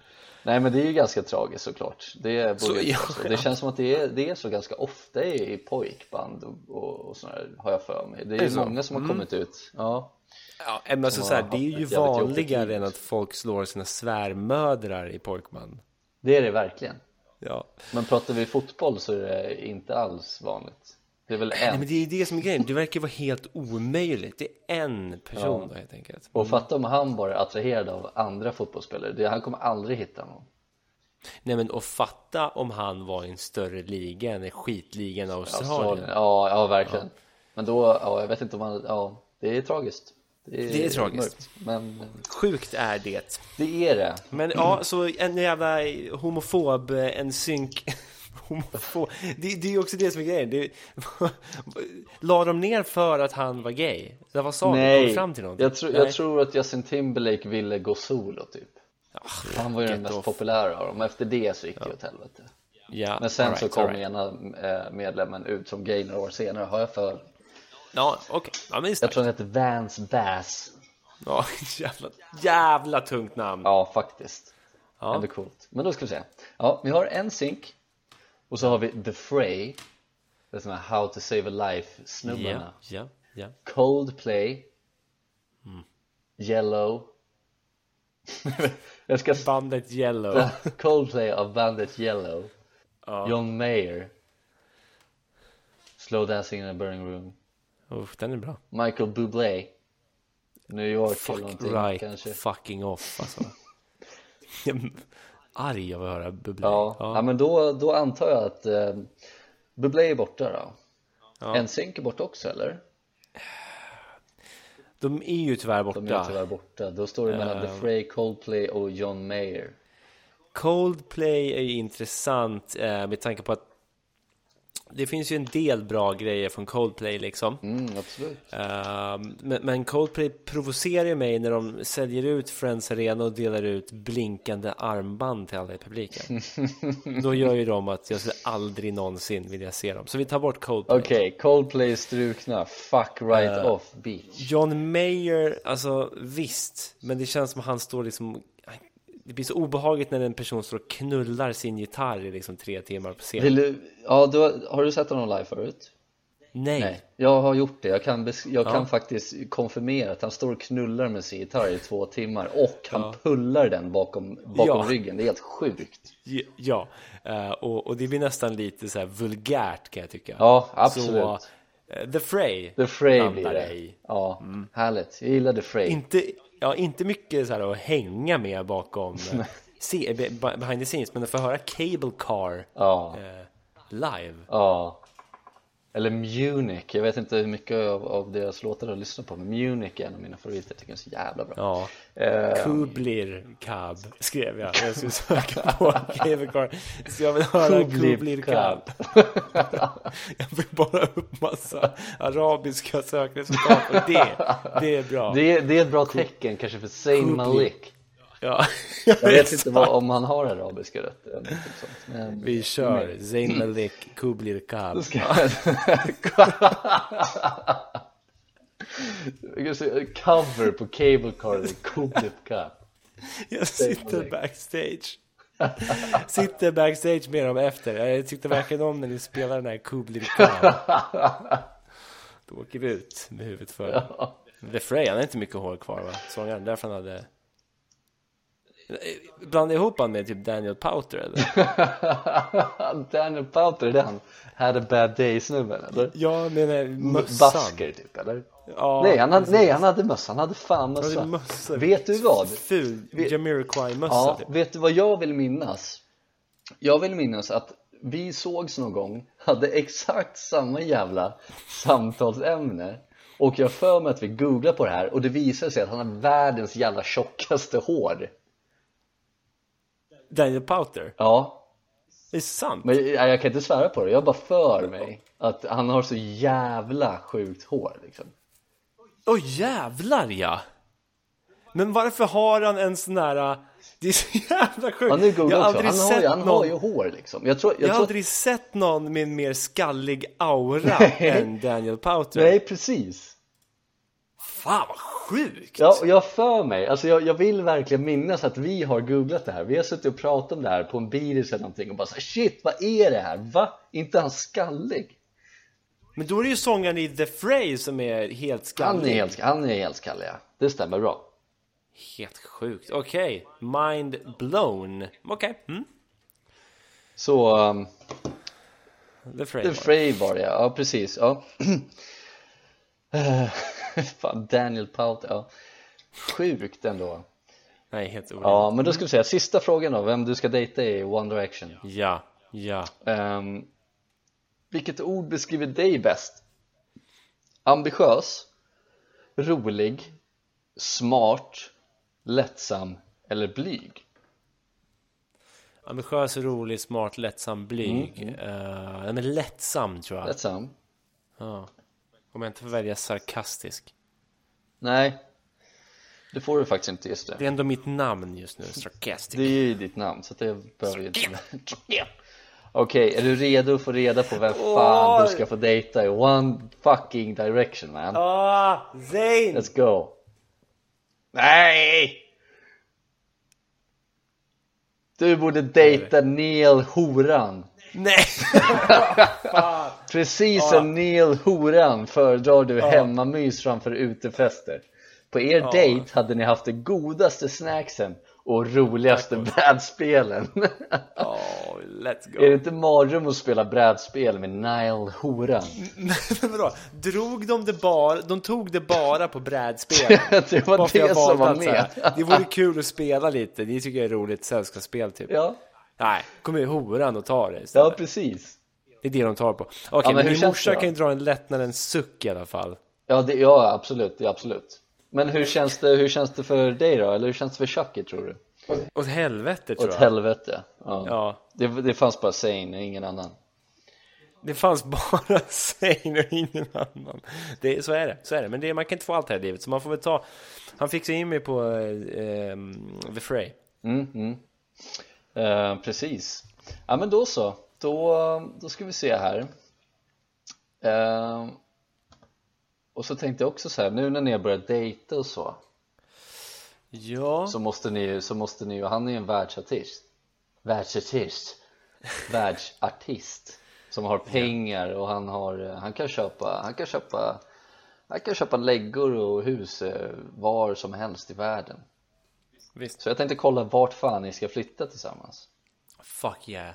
A: Nej men det är ju ganska tragiskt såklart Det, borde
B: Så,
A: jag
B: ja.
A: påstå. det känns som att det är, det är så ganska ofta i, i pojkband och, och, och sådär har jag för mig Det är,
B: Är det så?
A: många som har kommit ut Ja,
B: Ja, men alltså,
A: Som
B: så här,
A: har
B: det är
A: haft
B: ju
A: ett jävligt jobbigt
B: vanligare
A: liv.
B: än att folk slår sina svärmödrar i pojkman.
A: det är det verkligen
B: Ja.
A: Men pratar vi fotboll så är det inte alls vanligt Det är väl
B: Nej,
A: en
B: men det är ju det som är grejen. Det verkar vara helt omöjligt. Det är en person då helt enkelt.
A: Och fatta om han bara är attraherad av andra fotbollsspelare det, Han kommer aldrig hitta någon
B: Nej men och fatta om han var i en större liga än skitligan
A: Australien.
B: Australien.
A: Alltså, Ja, ja verkligen Men då, ja jag vet inte om han, ja det är tragiskt
B: Det är tragiskt.
A: mörkt. Men eh,
B: Sjukt är det.
A: det är det
B: Men ja, så en jävla homofob, eh, en synk homofob. Det, det är ju också det som är grejen. Det, la de ner för att han var gay? Eller vad sa de? Kom fram till någonting?
A: jag, tror- jag
B: Nej.
A: tror att Justin Timberlake ville gå solo typ
B: Ah,
A: Han var ju den
B: get
A: mest
B: off.
A: populära av dem, efter det så gick det åt helvete
B: Ja,
A: Men sen
B: all
A: så
B: right,
A: kom
B: all right.
A: ena eh, medlemmen ut som gay några år senare, har jag för
B: Ja, okej. Ja, men
A: Jag
B: starkt.
A: tror han hette Vance Bass
B: Ja, jävla, jävla tungt namn.
A: Ja faktiskt,
B: Ja.
A: ändå coolt Men då ska vi se, ja vi har en synk Och så har vi The Fray Det är såna här How to save a life snubbarna
B: ja, ja, ja.
A: Coldplay
B: Mm.
A: Yellow Jag ska
B: Bandet Yellow.
A: Coldplay av bandet Yellow John Mayer Slow Dancing in a Burning Room
B: Uff, den är bra.
A: Michael Bublé New York eller
B: Fuck
A: någonting
B: right
A: kanske
B: fucking off alltså. Jag är Arg av att höra Bublé.
A: ja. ja. men då, då antar jag att eh, Bublé är borta då
B: Ja.
A: NSYNC är borta också eller?
B: De är ju tyvärr borta.
A: De är tyvärr borta Då står det
B: Eh.
A: mellan The Fray, Coldplay och John Mayer
B: Coldplay är ju intressant eh, med tanke på att det finns ju en del bra grejer från Coldplay liksom.
A: Mm, absolut
B: Eh, men, men Coldplay provocerar ju mig när de säljer ut Friends Arena och delar ut blinkande armband till alla i publiken. Då gör ju de att jag skulle aldrig någonsin vilja se dem. Så vi tar bort Coldplay.
A: Okej, Coldplay är strukna Fuck right off beach
B: John Mayer, alltså visst, men det känns som han står liksom det blir så obehagligt när en person står och knullar sin gitarr i liksom tre timmar på scen.
A: Vill du, ja, du, har- har du sett honom live förut?
B: Nej.
A: Nej, jag har gjort det. Jag kan, bes- jag kan faktiskt konfirmera att han står och knullar med sin gitarr i två timmar och han pullar den bakom, bakom
B: Ja.
A: ryggen. Det är helt sjukt.
B: J- Ja, eh, och, och det blir nästan lite så här vulgärt kan jag tycka.
A: Ja, absolut.
B: Så, eh, The Fray.
A: The Fray blir
B: landar
A: det.
B: i.
A: Ja, härligt. Jag gillar The Fray.
B: Inte, ja, inte mycket så här att hänga med bakom eh, se, be- behind the scenes, men att få höra Cable Car
A: ja,
B: eh, live.
A: ja. Eller Munich. Jag vet inte hur mycket av, av deras låtar jag lyssnar på, men Munich är en av mina favoriter. Jag tycker den är så jävla bra.
B: Ja.
A: Eh,
B: Kublir Cab skrev jag. Jag skulle söka på Cable Car. Så jag vill höra
A: Kublir
B: Kublir
A: Cab.
B: Cab. jag vill bara upp massa arabiska sökresultat och det, det är bra.
A: det, är- det är ett bra tecken kanske för Zayn
B: Kubli.
A: Malik.
B: Ja.
A: Jag vet inte vad, om han har arabiska rötter eller något sånt. Men...
B: Vi kör Zayn Malik Kublir Kab.
A: Ska jag kan säga cover på Cable Car eller Kublet Cup
B: Jag sitter backstage. Sitter backstage med dem efter. Jag tyckte verkligen om när ni spelade den här Kublir Kab. Då åker vi ut med huvudet före. The Frey, han har inte mycket hår kvar va? Sångaren, därför han hade... Blanda ihop han med typ Daniel Powter eller?
A: Daniel Powter, är det han Had a bad day snubben eller?
B: Ja, men nej,
A: Basker typ eller?
B: Ja,
A: nej, han hade, nej han hade mössa, han hade fan
B: det är
A: mössa
B: mössor.
A: Vet du vad?
B: Ful
A: Vet-
B: Jamiroquai-mössa
A: Ja,
B: typ.
A: vet du vad jag vill minnas? Jag vill minnas att vi sågs någon gång, hade exakt samma jävla samtalsämne och jag för mig att vi googlade på det här och det visade sig att han har världens jävla tjockaste hår
B: Daniel Powter.
A: Ja,
B: Det är sant.
A: men jag, jag kan inte svära på det, jag bara för mig att han har så jävla sjukt hår liksom
B: Åh jävlar ja! Men varför har han en sån här... äh, Det är så jävla sjukt!
A: Ja nu
B: jag
A: googlar
B: har
A: jag också,
B: aldrig
A: han, har,
B: sett
A: ju- han
B: någon...
A: har ju hår liksom Jag tror, jag
B: Jag har
A: tror
B: aldrig sett någon med en mer skallig aura
A: Nej.
B: än Daniel Powter.
A: Nej precis
B: Fan vad sjukt!
A: Ja, och jag för mig, alltså jag, jag vill verkligen minnas att vi har googlat det här Vi har suttit och pratat om det här på en bilis eller någonting och bara så här, shit vad är det här? Va? Inte han skallig?
B: Men då är det ju sångaren i The Fray som är helt skallig.
A: Han är helt, han är helt skallig ja, det stämmer bra
B: Helt sjukt. Okej, mind blown. Okej, mm.
A: Så, um,
B: The Fray.
A: The Frey var det ja, ja precis, ja Eh, Fan, Daniel Powter, ja Sjukt ändå
B: Nej, helt orimligt.
A: Ja, men då ska vi säga sista frågan då, vem du ska dejta i One Direction
B: ja, ja.
A: Ehm, vilket ord beskriver dig bäst? Ambitiös, rolig, smart, lättsam eller blyg?
B: Ambitiös, rolig, smart, lättsam, blyg.
A: Mm.
B: Eh, nej, men lättsam tror jag.
A: Lättsam?
B: Ja. Om jag inte får välja sarkastisk.
A: Nej, det får du faktiskt inte just
B: Det
A: det.
B: är ändå mitt namn just nu, sarkastisk.
A: Det är ju ditt namn så att det behöver ju inte... Okej, är du redo att få reda på vem fan du ska få dejta i One fucking direction man?
B: Ah, Zayn!
A: Let's go! Nej! Du borde dejta Neil Horan
B: Nej!
A: Precis som Neil Horan föredrar du hemmamys framför utefester På er dejt hade ni haft de godaste snacksen och roligaste brädspelen
B: Oh, let's
A: Är det
B: go.
A: inte mardröm att spela brädspel med Neil Horan?
B: Men vadå? Drog de det bara, de tog det bara på brädspel?
A: det var
B: Bara för
A: det
B: jag
A: som
B: valde
A: var
B: att så
A: med
B: här, det vore kul att spela lite, det tycker jag är roligt, sällskapsspel typ.
A: Ja,
B: Nej, kom ju horan och ta det
A: ja
B: istället.
A: precis
B: Det är det de tar på. Okej,
A: men
B: men
A: hur känns
B: min
A: det
B: morsa
A: då?
B: kan ju dra en lättnadens suck i alla fall.
A: Ja, det, ja absolut, ja, absolut. Men hur känns, det, hur känns det för dig då? Eller hur känns det för Chucky tror du?
B: Åt helvete tror
A: Åt
B: jag.
A: helvete. Ja.
B: Ja.
A: Det, det fanns bara Zane och ingen annan.
B: Det fanns bara Zayn och ingen annan. Det, så är det, så är det. Men det, man kan inte få allt här i livet, så man får väl ta... Han fixade in mig på eh, ehm, The Fray.
A: Mm, mm. Eh, precis. Ja men då så. Då, då ska vi se här. Eh, och så tänkte jag också så här, nu när ni har börjat dejta och så,
B: Ja.
A: så måste ni ju, så måste ni ju, han är ju en världsartist. Världsartist. Världsartist. Som har pengar och han har, eh, han kan köpa, han kan köpa, han kan köpa läggor och hus eh, var som helst i världen.
B: Visst.
A: Så jag tänkte kolla vart fan ni ska flytta tillsammans.
B: Fuck yeah.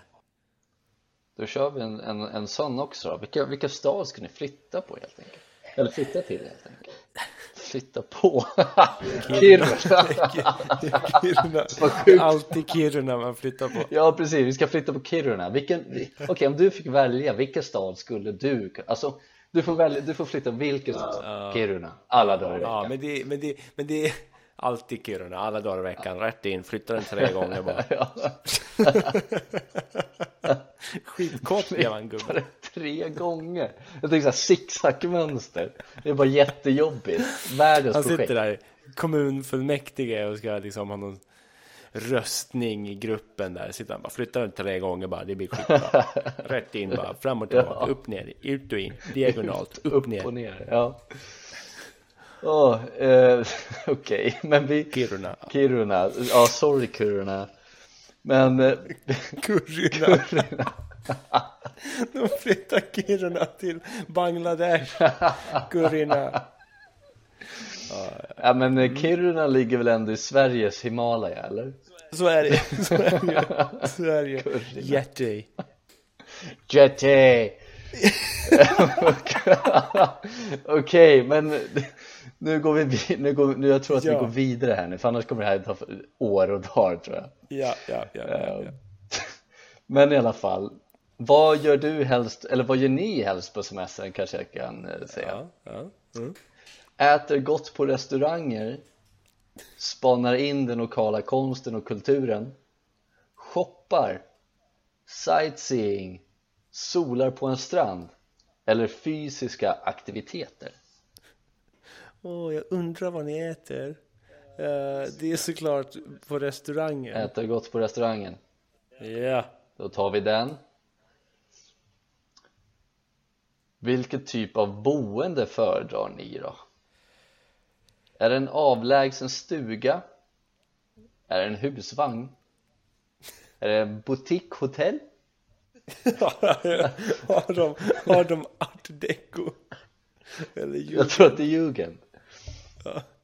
A: Då kör vi en, en, en sån också då. Vilka, vilka stad ska ni flytta på helt enkelt? Eller flytta till helt enkelt. Flytta på. Kiruna.
B: Kiruna. Alltid Kiruna man flyttar på.
A: Ja precis, vi ska flytta på Kiruna. Vilken, vi- okej om du fick välja, vilken stad skulle du kunna- Alltså, du får, välja, du får flytta vilken stad? Kiruna, alla dagar i
B: Ja,
A: veckan.
B: men det, men det, men det är alltid Kiruna, alla dagar i veckan. Rätt in, flyttar den tre gånger bara.
A: Ja,
B: Skitkort blev han gubben.
A: bara tre gånger. Jag tänker såhär zigzagmönster. Det är bara jättejobbigt. Världens
B: Han
A: projekt.
B: sitter där, kommunfullmäktige och ska liksom ha någon röstning i gruppen där. Sitter han bara, flyttar den tre gånger bara, det blir skitbra. Rätt in bara, fram och tillbaka, upp ner, ut och in, diagonalt, upp,
A: Upp
B: ner.
A: och ner. Ja. Åh, eh, okej, men vi...
B: Kiruna.
A: Kiruna, ja sorry Kiruna. Men eh,
B: Kurruna. De flyttar Kiruna till Bangladesh. Kurruna.
A: Ja men eh, Kiruna ligger väl ändå i Sveriges Himalaya eller?
B: Så är det Så är det ju. Så är det ju. Yeti.
A: Jetty! Okej, men nu går vi vid- nu går, nu, jag tror att vi
B: Ja.
A: går vidare här nu för annars kommer det här ta för- år och dagar tror jag Ehm,
B: Ja, ja, ja. ja, ja.
A: Men i alla fall, vad gör du helst, eller vad gör ni helst på semestern kanske jag kan eh, säga?
B: ja, ja.
A: Äter gott på restauranger, spanar in den lokala konsten och kulturen, shoppar, sightseeing, solar på en strand eller fysiska aktiviteter.
B: Åh, jag undrar vad ni äter. Eh, det är såklart på restaurangen.
A: Äter gott på restaurangen,
B: Ja.
A: då tar vi den. Vilken typ av boende föredrar ni då? Är det en avlägsen stuga? Är det en husvagn? Är det en boutiquehotell?
B: har, de, har de art deco? Eller ju.
A: Jag tror att det är Jugend.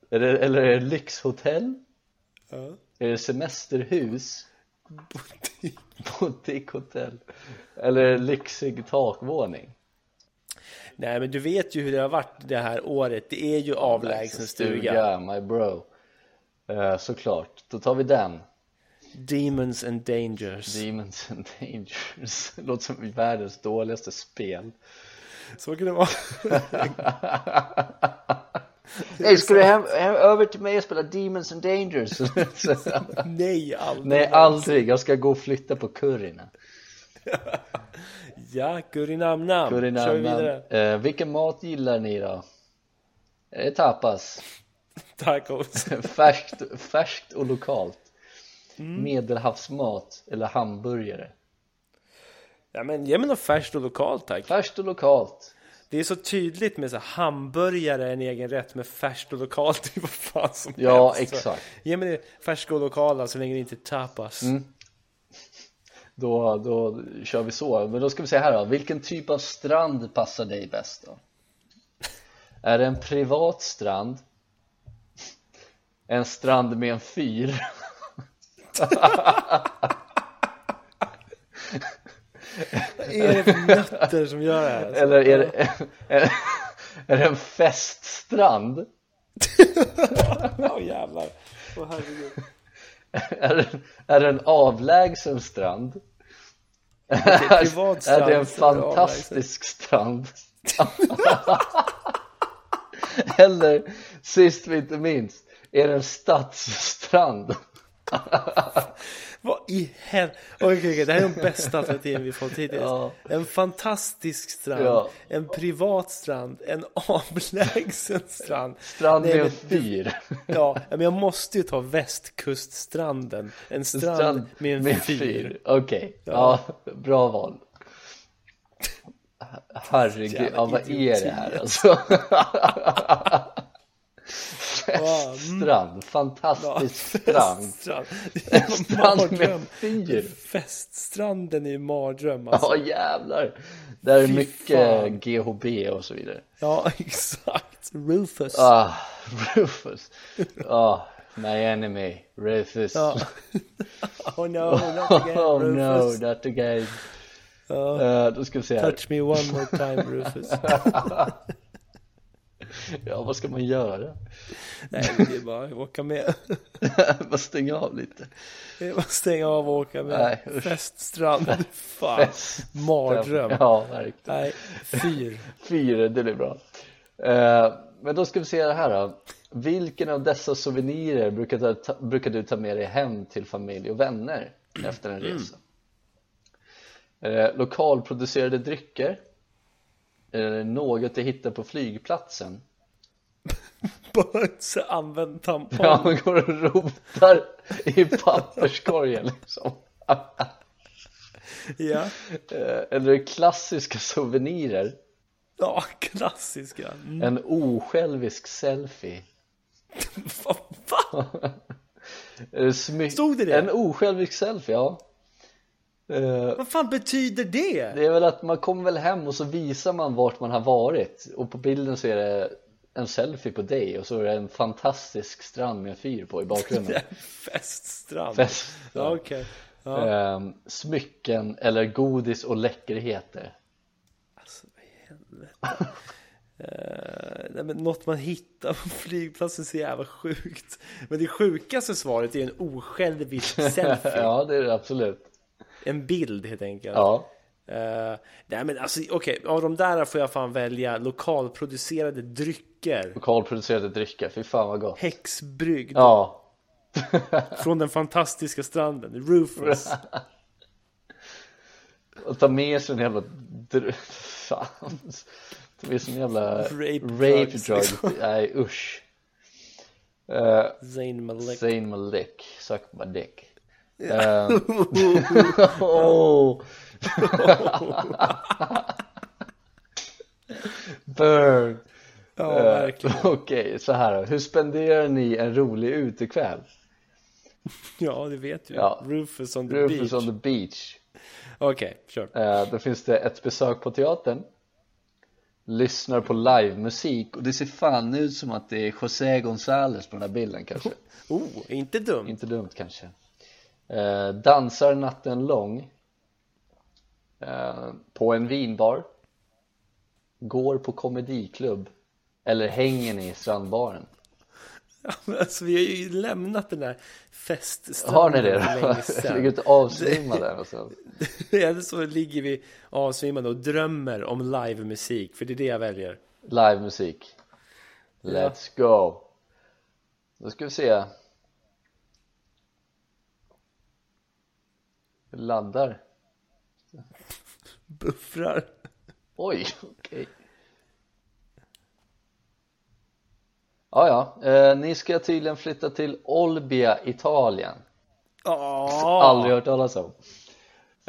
A: Är det, eller är det lyxhotell?
B: Ja.
A: Är det semesterhus? Boutiquehotell? Eller är det lyxig takvåning?
B: Nej, men du vet ju hur det har varit det här året. Det är ju avlägsen stuga.
A: My bro. Eh, såklart, då tar vi den.
B: Demons and dangers.
A: Demons and Dangers. Låter som världens dåligaste spel.
B: Så kan det vara.
A: Hej, ska du hem, hem, över till mig och spela Demons and Dangers?
B: Nej, aldrig.
A: Nej, aldrig. Jag ska gå och flytta på curryn.
B: Ja, Gurinamnam.
A: Curryn
B: Kör vi vidare.
A: eh, Vilken mat gillar ni då? Är det tapas?
B: Tacos.
A: färskt, färskt och lokalt?
B: Mm.
A: Medelhavsmat eller hamburgare?
B: Ja, men ge mig något färskt och lokalt tack.
A: Färskt och lokalt.
B: Det är så tydligt med så här, hamburgare är en egen rätt med färskt och lokalt. Det är vad fan som
A: Ja,
B: helst.
A: exakt.
B: Ge mig det färska och lokala så länge det inte är tapas.
A: Då, då kör vi så, men då ska vi se här då, vilken typ av strand passar dig bäst då? Är det en privat strand? En strand med en fyr?
B: Vad är det för nötter som gör det här?
A: Eller är det, är, är det en feststrand?
B: Åh jävlar. Åh herregud.
A: Är det, är det en avlägsen strand?
B: privat
A: Är
B: strand,
A: det en
B: så är det
A: fantastisk strand? Eller, sist men inte minst, är det en stadsstrand?
B: Vad i helvete? Okej, okej, det här är de bästa alternativen vi fått hittills.
A: Ja.
B: En fantastisk strand,
A: Ja.
B: en privat strand, en avlägsen strand.
A: Strand
B: Nej,
A: med en
B: men,
A: fyr?
B: ja, men jag måste ju ta västkuststranden. En strand, med en fyr.
A: Okej, ja. bra val Herregud,
B: Jävla
A: ja, vad är
B: idioti.
A: det här alltså?
B: Ja,
A: Strand, fantastisk strand
B: Strand. Det är en
A: Strand med
B: mardröm.
A: fyr
B: Feststranden är ju en mardröm alltså.
A: Ja jävlar Där är
B: Fy
A: mycket
B: fan.
A: GHB och så vidare
B: Ja, exakt. Rufus.
A: Ah, Rufus Ah, my enemy, Rufus
B: Ja. oh no, not again
A: Oh
B: Rufus.
A: no, not again
B: Ja.
A: Eh, Då ska vi se här
B: Touch me one more time Rufus.
A: Ja, vad ska man göra?
B: Nej, det är bara att åka med.
A: Bara stänga av lite
B: Det är bara att stänga av och åka med.
A: Nej, usch.
B: Feststrand. Fan. Mardröm.
A: Ja, verkligen
B: Nej, fyr.
A: Fyra, det blir bra Eh, Men då ska vi se det här då Vilken av dessa souvenirer brukar, ta, ta, brukar du ta med dig hem till familj och vänner efter en resa? Är det lokalproducerade drycker? Är det något du hittar på flygplatsen?
B: Bara ett så använd tampong.
A: Ja, man går och rotar i papperskorgen liksom
B: Ja.
A: Eh, Eller är det klassiska souvenirer?
B: ja, klassiska. Mm.
A: En osjälvisk selfie
B: Va? Va?
A: Är det smy-
B: Stod det det?
A: En osjälvisk selfie, ja Eh,
B: Vad fan betyder det?
A: Det är väl att man kommer väl hem och så visar man vart man har varit och på bilden så är det en selfie på dig och så är det en fantastisk strand med en fyr på i bakgrunden
B: Feststrand.
A: Fest.
B: Ja, okej. Ja.
A: Ehm, Smycken eller godis och läckerheter
B: Alltså, vad i helvete. Eh, nej, men något man hittar på flygplatsen är så jävla sjukt. Men det sjukaste svaret är en osjälvisk selfie.
A: Ja det är det absolut
B: En bild helt enkelt.
A: Ja
B: Eh, nej men alltså okej, av de där får jag fan välja lokalproducerade drycker.
A: Lokalproducerade drycker, fy fan vad gott
B: Häxbrygd
A: Ja
B: från den fantastiska stranden, Rufus.
A: Och ta med sig en jävla dr- Fan Ta med sig en jävla
B: Rape
A: rape
B: drugs,
A: drug
B: liksom.
A: Nej usch Eh,
B: Zayn Malik.
A: Zayn Malik, suck my dick Ehm, Åh. Burn
B: Ja,
A: Eh,
B: verkligen.
A: Okej, så här då. Hur spenderar ni en rolig utekväll?
B: Ja, det vet du.
A: Ja.
B: Rufus on the
A: Rufus
B: beach.
A: on the beach.
B: Okej, kör.
A: Eh, då finns det ett besök på teatern. Lyssnar på livemusik och det ser fan ut som att det är José González på den här bilden kanske.
B: Oh, inte dumt.
A: Inte dumt kanske. Eh, dansar natten lång. Eh, på en vinbar. Går på komediklubb. Eller hänger ni i strandbaren?
B: Alltså, vi har ju lämnat den där feststranden
A: Har ni det
B: för
A: då?
B: länge
A: Ligger
B: sedan.
A: inte avsvimmade där någonstans?
B: Eller så ligger vi avsvimmade och drömmer om livemusik, för det är det jag väljer.
A: Livemusik Let's go Då ska vi se Vi laddar
B: Buffrar.
A: Oj, okej Ja, ja, eh, ni ska tydligen flytta till Olbia, Italien Aldrig
B: Oh,
A: hört talas om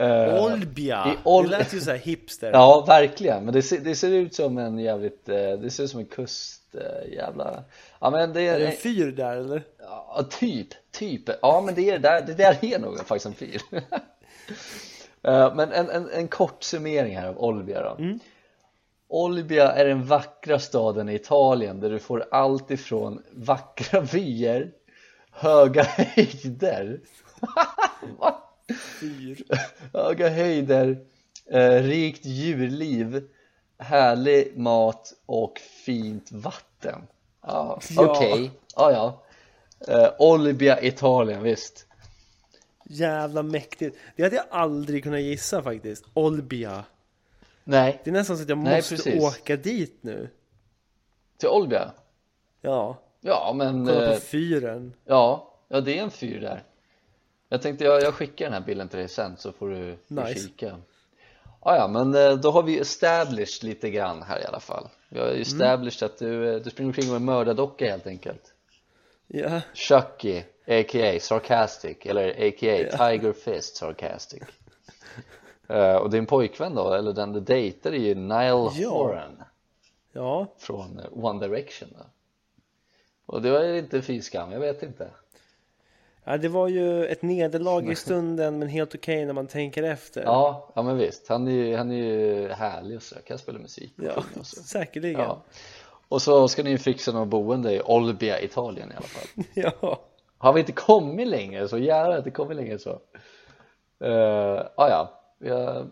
A: Eh,
B: Olbia!
A: I Ol-
B: Det lät ju så här hipster.
A: Ja, verkligen. Men det ser, det ser ut som en jävligt, eh, det ser ut som en kust, eh, jävla... Ja men det
B: Är
A: är,
B: det en fyr där eller?
A: Ja, typ, typ. Ja, men det är där, det där är nog faktiskt en fyr. Eh, men en, en, en kort summering här av Olbia då. Olbia är den vackra staden i Italien där du får allt ifrån vackra vyer, höga höjder,
B: Fyr.
A: höga höjder, eh, rikt djurliv, härlig mat och fint vatten. Ja,
B: Ja.
A: okej. Ja, ja. Eh, Olbia, Italien, visst.
B: Jävla mäktigt. Det hade jag aldrig kunnat gissa faktiskt. Olbia.
A: Nej,
B: Det är nästan så att jag
A: Nej,
B: måste
A: precis.
B: åka dit nu.
A: till Olbia?
B: Ja,
A: Ja, men
B: kolla
A: eh,
B: på fyren.
A: ja, ja, det är en fyr där. Jag tänkte jag, jag skickar den här bilden till dig sen så får du, får du
B: Nice.
A: kika. Ah, ja, men eh, då har vi established lite grann här i alla fall. Vi
B: Mm.
A: har ju established att du, eh, du springer omkring med en mördardocka helt enkelt.
B: Ja,
A: Chucky, a.k.a. Sarcastic, eller a.k.a. Tiger Fist Sarcastic. Eh, och din pojkvän då, eller den du dejtar är ju Niall
B: Ja.
A: Horan.
B: ja.
A: från eh, One Direction då. Och det var ju inte fy skam, jag vet inte
B: ja det var ju ett nederlag i stunden men helt okej när man tänker efter.
A: Ja, ja men visst, han är ju, han är ju härlig och så, kan spela musik och
B: Ja,
A: sjunga och så
B: säkerligen.
A: ja.
B: Ja.
A: Och så ska ni ju fixa något boende i Olbia, Italien i alla fall
B: ja.
A: Har vi inte kommit längre så, jävlar inte kommit längre så uh, ah, ja, vi har,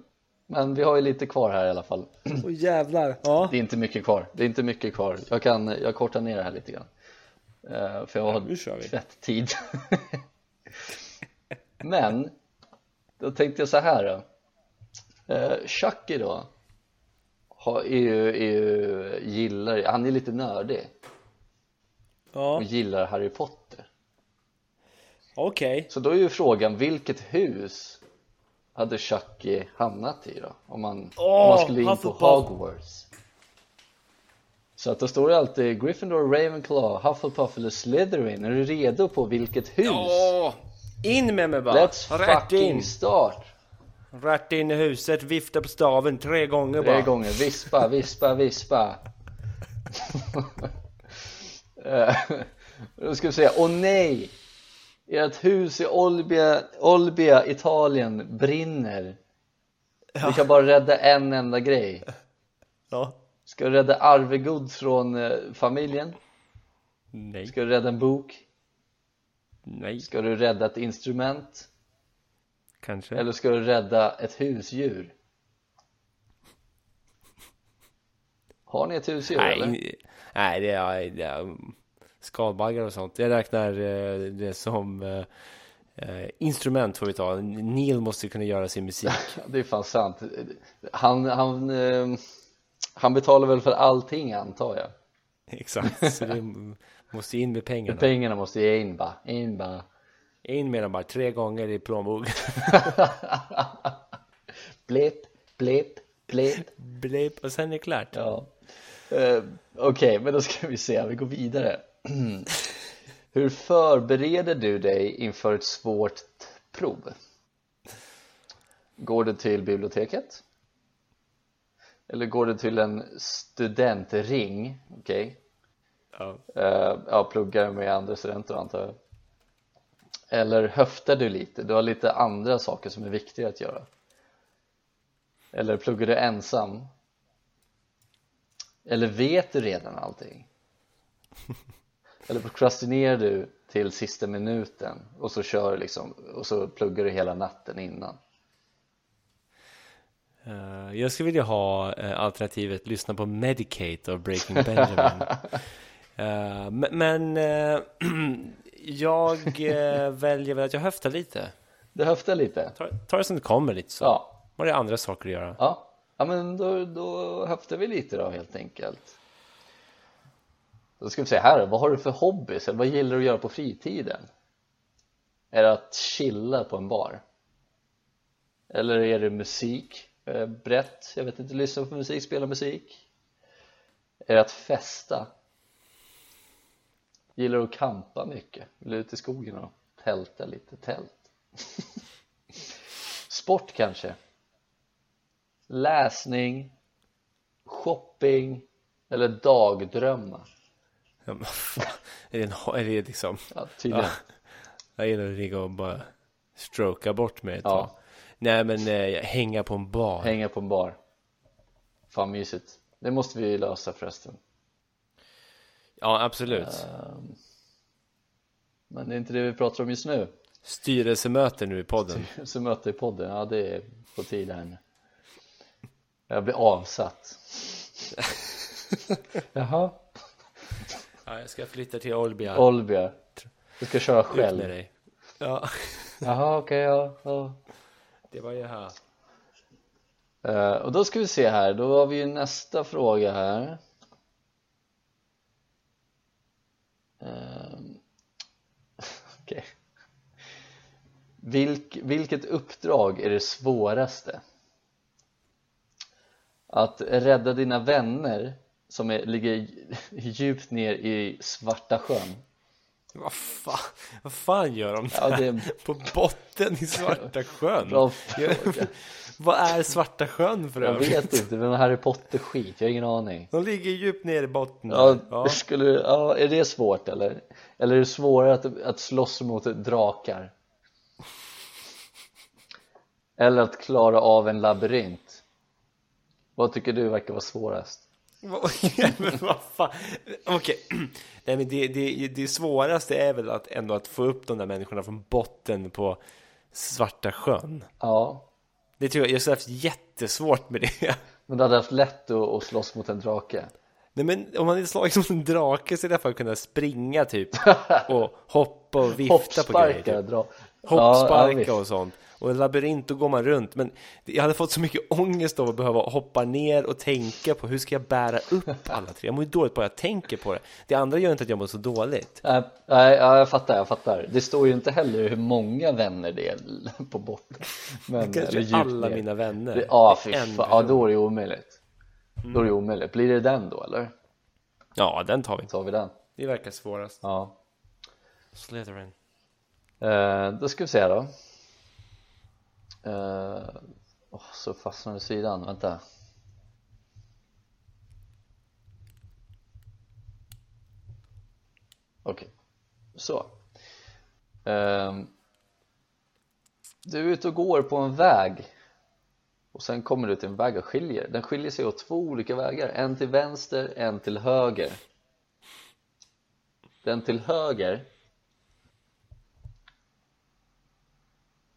A: men vi har ju lite kvar här i alla fall
B: Och jävlar. Ja.
A: Det är inte mycket kvar, det är inte mycket kvar Jag kan, jag kortar ner det här lite grann Eh, För jag
B: nu
A: har
B: kör vi.
A: tvätttid Men Då tänkte jag så här då Eh, Chucky då har, är, ju, är ju, gillar, han är lite nördig och
B: Ja,
A: gillar Harry Potter
B: okej.
A: Så då är ju frågan, vilket hus hade Chucky hamnat i då? Om man, om man
B: Åh,
A: skulle in på
B: Hufflepuff.
A: Hogwarts Så att då står det alltid Gryffindor, Ravenclaw, Hufflepuff eller Slytherin Är du redo på vilket hus?
B: In med mig bara.
A: Let's
B: Rätt
A: fucking
B: in.
A: start!
B: Rätt in i huset, vifta på staven tre gånger
A: Tre
B: bara.
A: gånger, vispa, vispa, vispa Eh, Då ska vi säga, åh nej! Ert hus i Olbia, Olbia Italien brinner Vi kan bara rädda en enda grej
B: Ja.
A: Ska du rädda arvegod från eh, familjen?
B: Nej.
A: Ska du rädda en bok?
B: Nej.
A: Ska du rädda ett instrument?
B: Kanske.
A: Eller ska du rädda ett husdjur? Har ni ett husdjur eller?
B: Nej, nej det är, det är skalbaggar och sånt. Jag räknar eh, det som eh, eh, instrument får vi ta. Neil måste kunna göra sin musik.
A: Ja, Det är fan sant Han, han, eh, han betalar väl för allting antar jag
B: Exakt. Så det m- måste in med pengarna.
A: Pengarna måste ju in bara, in bara
B: In med dem bara tre gånger i plånboken.
A: Blipp, blipp, blipp
B: Blip, och sen är det klart.
A: Ja eh, Okej, men då ska vi se, vi går vidare Hur förbereder du dig inför ett svårt prov? Går du till biblioteket? Eller går du till en studentring? Okej
B: Ja.
A: Eh, ja, pluggar med andra studenter antar jag Eller höftar du lite? Du har lite andra saker som är viktiga att göra Eller pluggar du ensam? Eller vet du redan allting? Eller prokrastinerar du till sista minuten och så kör du liksom och så pluggar du hela natten innan?
B: Eh, jag skulle vilja ha eh, alternativet lyssna på Medicate av Breaking Benjamin. Eh, men- men eh, jag eh, väljer väl att jag höftar lite.
A: Du höftar lite?
B: Ta, ta det som det kommer lite så.
A: Ja,
B: Var det andra saker att göra?
A: ja, ja men då, då höftar vi lite då helt enkelt Då ska vi se här, vad har du för hobbys? Eller vad gillar du att göra på fritiden? Är det att chilla på en bar? Eller är det musik? Eh, Brett? Jag vet inte, lyssna på musik, spela musik? Är det att festa? Gillar du att campa mycket? Vill du ut i skogen och tälta lite? Tält? Sport kanske? läsning, shopping eller dagdrömmar?
B: Ja, men fan. är, det en, är det liksom...
A: Ja, tydligen.
B: Jag gillar att ligga och bara stroka bort mig ett
A: Ja.
B: tag. Nej men eh, hänga på en bar.
A: Hänga på en bar. Fan mysigt. Det måste vi lösa förresten.
B: Ja absolut.
A: Men det är inte det vi pratar om just nu.
B: Styrelsemöte nu i podden.
A: Så möter i podden, ja det är på tiden. Jag blir avsatt. Jaha.
B: Ja, jag ska flytta till Olbia.
A: Olbia. Du ska köra
B: Ut med
A: själv.
B: dig. Ja,
A: Jaha, okej, ja. ja.
B: det var ju här.
A: Eh, och då ska vi se här, då har vi ju nästa fråga här. Ehm, Okej. Vilk, vilket uppdrag är det svåraste? Att rädda dina vänner som är, ligger djupt ner i Svarta sjön?
B: Vad fan, vad fan gör de där?
A: Ja, det är en
B: På botten i Svarta sjön?
A: bra fråga.
B: Vad är Svarta sjön för
A: Jag
B: övrigt?
A: vet inte, men Harry Potter-skit, jag har ingen aning.
B: De ligger djupt ner i botten.
A: Ja,
B: där. ja.
A: Skulle, ja, är det svårt eller? Eller är det svårare att, att slåss mot drakar? Eller att klara av en labyrint? Vad tycker du verkar vara svårast?
B: men vad fan. Okej. Nej, men det, det, det svåraste är väl att ändå att få upp de där människorna från botten på Svarta sjön.
A: Ja,
B: Det tror jag, jag skulle haft jättesvårt med det.
A: men du hade haft lätt att, att slåss mot en drake?
B: Nej men om man är slagit mot en drake så är det i alla fall kunna springa typ och hoppa och vifta på
A: Hoppsparkar,
B: grejer. Typ.
A: dra... Ja, ja,
B: Hoppsparka
A: visst.
B: och sånt. Och en labyrint, då går man runt. Men jag hade fått så mycket ångest av att behöva hoppa ner och tänka på hur ska jag bära upp alla tre? Jag mår ju dåligt bara jag tänker på det. Det andra gör inte att jag mår så dåligt.
A: Nej, Äh, nej, ja, jag fattar, jag fattar. Det står ju inte heller hur många vänner det är på botten. Men, eller
B: Kanske
A: djupt
B: alla
A: ner.
B: mina vänner.
A: Det, ja, fy
B: Det är en
A: fan, ja,
B: person. Mm.
A: då är det omöjligt. Då är det omöjligt. Blir det den då eller?
B: Ja, den tar vi.
A: Tar vi den?
B: Det verkar svårast.
A: Ja.
B: Slytherin.
A: Eh, då ska vi se då. Eh, åh, så fastnade sidan, vänta. Okej, så. Eh, Ehm, du är ute och går på en väg Och sen kommer du till en väg och skiljer. Den skiljer sig åt två olika vägar. En till vänster, en till höger. Den till höger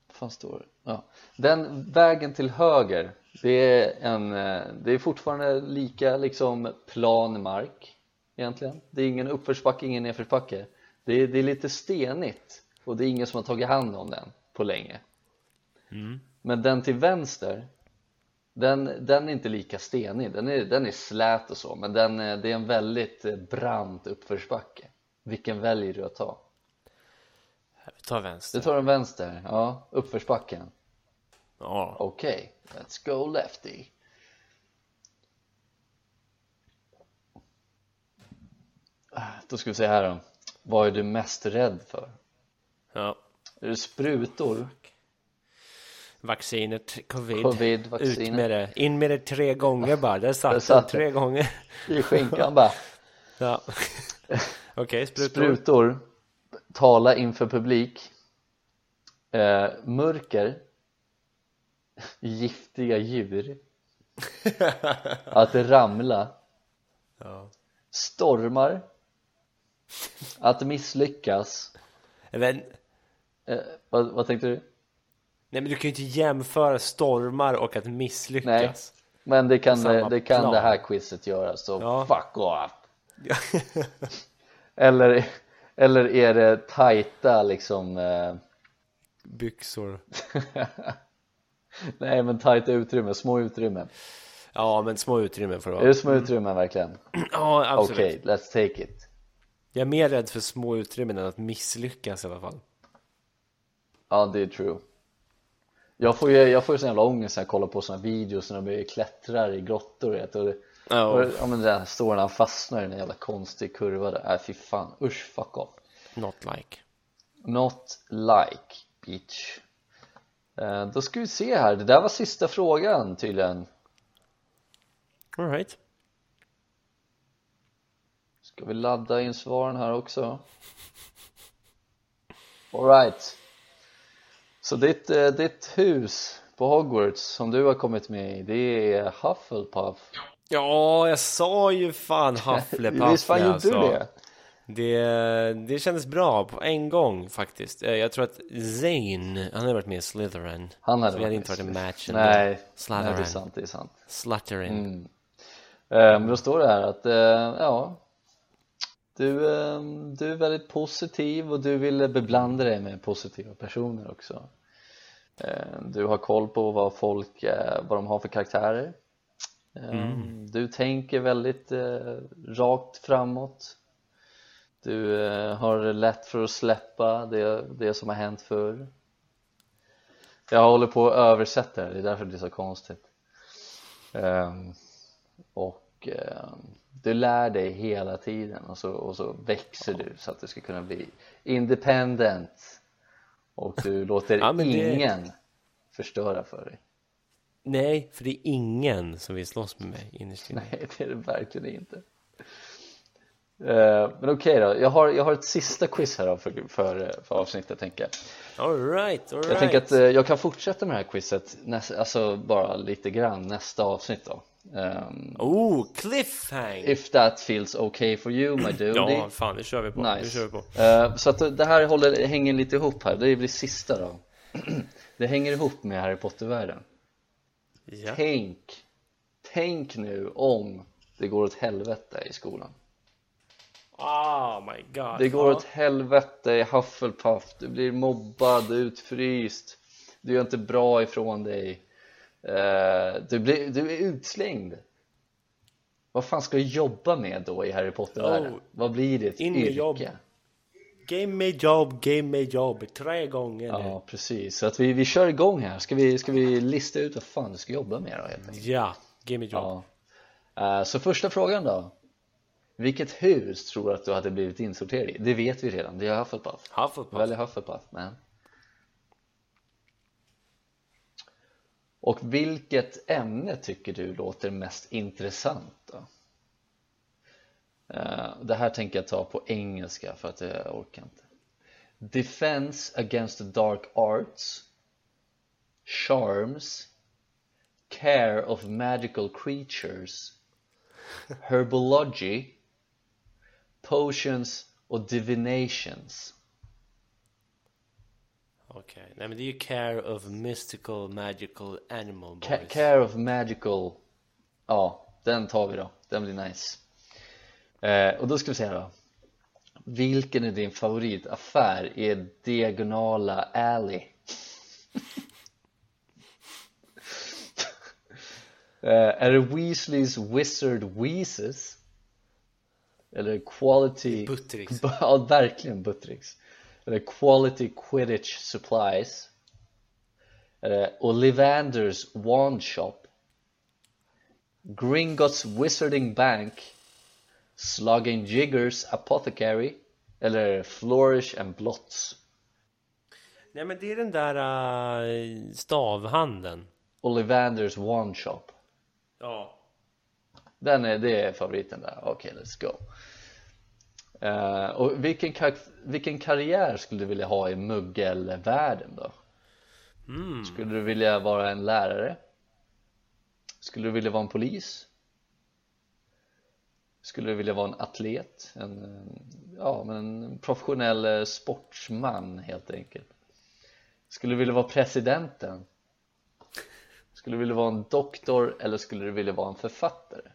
A: fan står det? Ja. Den vägen till höger, det är, en, eh, det är fortfarande lika liksom plan mark egentligen. Det är ingen uppförsbacke, ingen nedförsbacke. Det är, det är lite stenigt och det är ingen som har tagit hand om den på länge. Men den till vänster, den, den är inte lika stenig. Den är, den är slät och så, men den, eh, det är en väldigt eh, brant uppförsbacke. Vilken väljer du att ta?
B: Vi tar
A: Du
B: vänster.
A: tar en vänster, ja, uppförsbacken.
B: Ja.
A: Okej, let's go lefty. Ah, Då ska vi se här då. Vad är du mest rädd för?
B: ja.
A: Är det sprutor?
B: Vaccinet, covid.
A: Covid,
B: Ut
A: vaccin?
B: med det. In med det tre gånger bara. Där satt,
A: Där satt
B: den tre gånger.
A: I skinkan bara.
B: Ja. Okej, sprutor.
A: Sprutor. Tala inför publik. Eh, mörker. Giftiga djur. Att ramla.
B: Ja.
A: Stormar. Att misslyckas.
B: Men,
A: Eh, vad, vad tänkte du?
B: nej men du kan ju inte jämföra stormar och att misslyckas.
A: Men det kan,
B: Samma
A: det, kan
B: plan.
A: det här quizet göra så
B: Ja.
A: fuck off eller, eller är det tajta liksom eh,
B: Byxor.
A: Nej men tajta utrymmen, små utrymmen
B: Ja, men små utrymmen får det
A: Är
B: vara.
A: det små utrymmen verkligen?
B: Ja, Mm. absolut.
A: Okej, let's take it
B: Jag är mer rädd för små utrymmen än att misslyckas i alla fall.
A: Ja det är true Jag får ju, jag får ju sån jävla ångest när jag kollar på såna videos när de börjar klättra i grottor vet, du, och, det-
B: Ja.
A: och, ja men den står han fastnar i en jävla konstig kurva där, äh, fy fan, usch fuck off
B: Not like.
A: Not like bitch Eh, Då ska vi se här, det där var sista frågan tydligen
B: Alright.
A: Ska vi ladda in svaren här också? Alright Så ditt, eh, ditt hus på Hogwarts som du har kommit med i, det är Hufflepuff
B: Ja, jag sa ju fan Hufflepuff
A: Visst fan
B: när jag
A: gjorde du
B: sa.
A: det?
B: Det, det kändes bra på en gång faktiskt. Eh, Jag tror att Zane, han hade varit med i Slytherin.
A: Han hade
B: Så vi hade
A: varit
B: inte varit en
A: med.
B: match ändå.
A: Nej, nej det är
B: Slytherin.
A: sant, det är sant
B: Slytherin.
A: Mm. Eh, Men då står det här att, eh, ja du, eh, du är väldigt positiv och du vill beblanda dig med positiva personer också Eh, Du har koll på vad folk, eh, vad de har för karaktärer Eh, Du tänker väldigt eh, rakt framåt Du eh, har lätt för att släppa det, det som har hänt förr Jag håller på och översätter, det är därför det är så konstigt Ehm, och eh, du lär dig hela tiden och så, och så växer du så att du ska kunna bli independent och du låter
B: Ja, men det-
A: ingen förstöra för dig
B: Nej, för det är ingen som vill slåss med mig innerst inne.
A: nej det är det verkligen inte Eh, men okej då, jag har, jag har ett sista quiz här då för, för, eh, för avsnittet tänker jag
B: Alright, alright.
A: Jag tänker att eh, jag kan fortsätta med det här quizet, näst, alltså bara lite grann nästa avsnitt då Ehm,
B: Oh, cliffhang!
A: If that feels okay for you my dude
B: Ja, fan, det kör vi på. Det
A: Nice.
B: kör vi på.
A: Eh, så att det här håller, hänger lite ihop här, det blir sista då Det hänger ihop med Harry Potter-världen
B: Ja.
A: Tänk, tänk nu om det går åt helvete i skolan
B: Oh my god.
A: Det går
B: Ja.
A: åt helvete i Hufflepuff, du blir mobbad, utfryst Du gör inte bra ifrån dig Eh, du, blir, du är utslängd Vad fan ska du jobba med då i Harry Potter-världen?
B: Oh.
A: Vad blir ditt
B: In med
A: yrke?
B: jobb. Game me job, game me job. Tre gånger nu.
A: Ja precis, så att vi, vi kör igång här. Ska vi, ska vi lista ut vad fan du ska jobba med då helt enkelt?
B: Ja, game me job.
A: Ja. Eh, Så första frågan då. Vilket hus tror du att du hade blivit insorterad i? Det vet vi redan, det är Hufflepuff.
B: Hufflepuff.
A: Välj Hufflepuff, men. Och vilket ämne tycker du låter mest intressant då? Eh, Det här tänker jag ta på engelska för att jag orkar inte. Defense against the dark arts Charms Care of Magical Creatures Herbology Potions och Divinations
B: Okej, nej men det är ju Care of Mystical Magical Animal Boys.
A: Ca- Care of Magical Ja, den tar vi då, den blir nice eh, Och då ska vi se då Vilken är din favoritaffär i Diagonala Alley? eh, är det Weasleys Wizard Weezes? Eller Quality
B: Buttericks.
A: Ja, verkligen Buttricks Eller Quality Quidditch Supplies Eh, Ollivanders Wand Shop Gringotts Wizarding Bank Slogging Jiggers Apothecary Eller Flourish and Blots
B: Nej men det är den där uh, stavhandeln.
A: Ollivanders Wand Shop
B: Ja.
A: Den är, det är favoriten där, okej let's go Eh, Och vilken, kar- vilken karriär skulle du vilja ha i muggelvärlden då? Skulle du vilja vara en lärare? Skulle du vilja vara en polis? Skulle du vilja vara en atlet? En, eh, ja, men en professionell eh, sportsman helt enkelt Skulle du vilja vara presidenten? Skulle du vilja vara en doktor eller skulle du vilja vara en författare?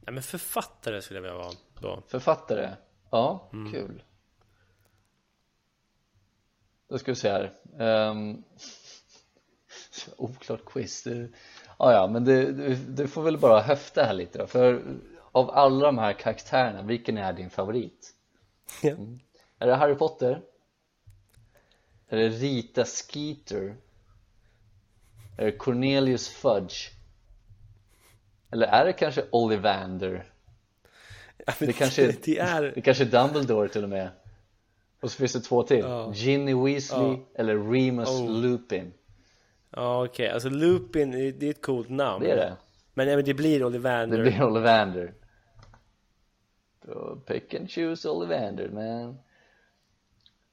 B: Nej men författare skulle jag vilja vara då.
A: Författare? Ja, kul. Då ska vi se här. Um, oklart quiz. Det, ja, ja, men det, du, du får väl bara höfta här lite då. För av alla de här karaktärerna, vilken är din favorit?
B: Ja.
A: Mm. Är det Harry Potter? Är det Rita Skeeter? Är det Cornelius Fudge? Eller är det kanske Ollivander?
B: Ja, men
A: Det kanske är-
B: det är...
A: Det kanske är Dumbledore till och med Och så finns det två till
B: Ja.
A: Ginny Weasley
B: Ja.
A: eller Remus
B: Oh.
A: Lupin
B: Ja okej, alltså Lupin, det det är ett coolt namn.
A: Det är det,
B: Men, nej, men det blir
A: det
B: Ollivander.
A: blir Ollivander Då Pick and choose Ollivander man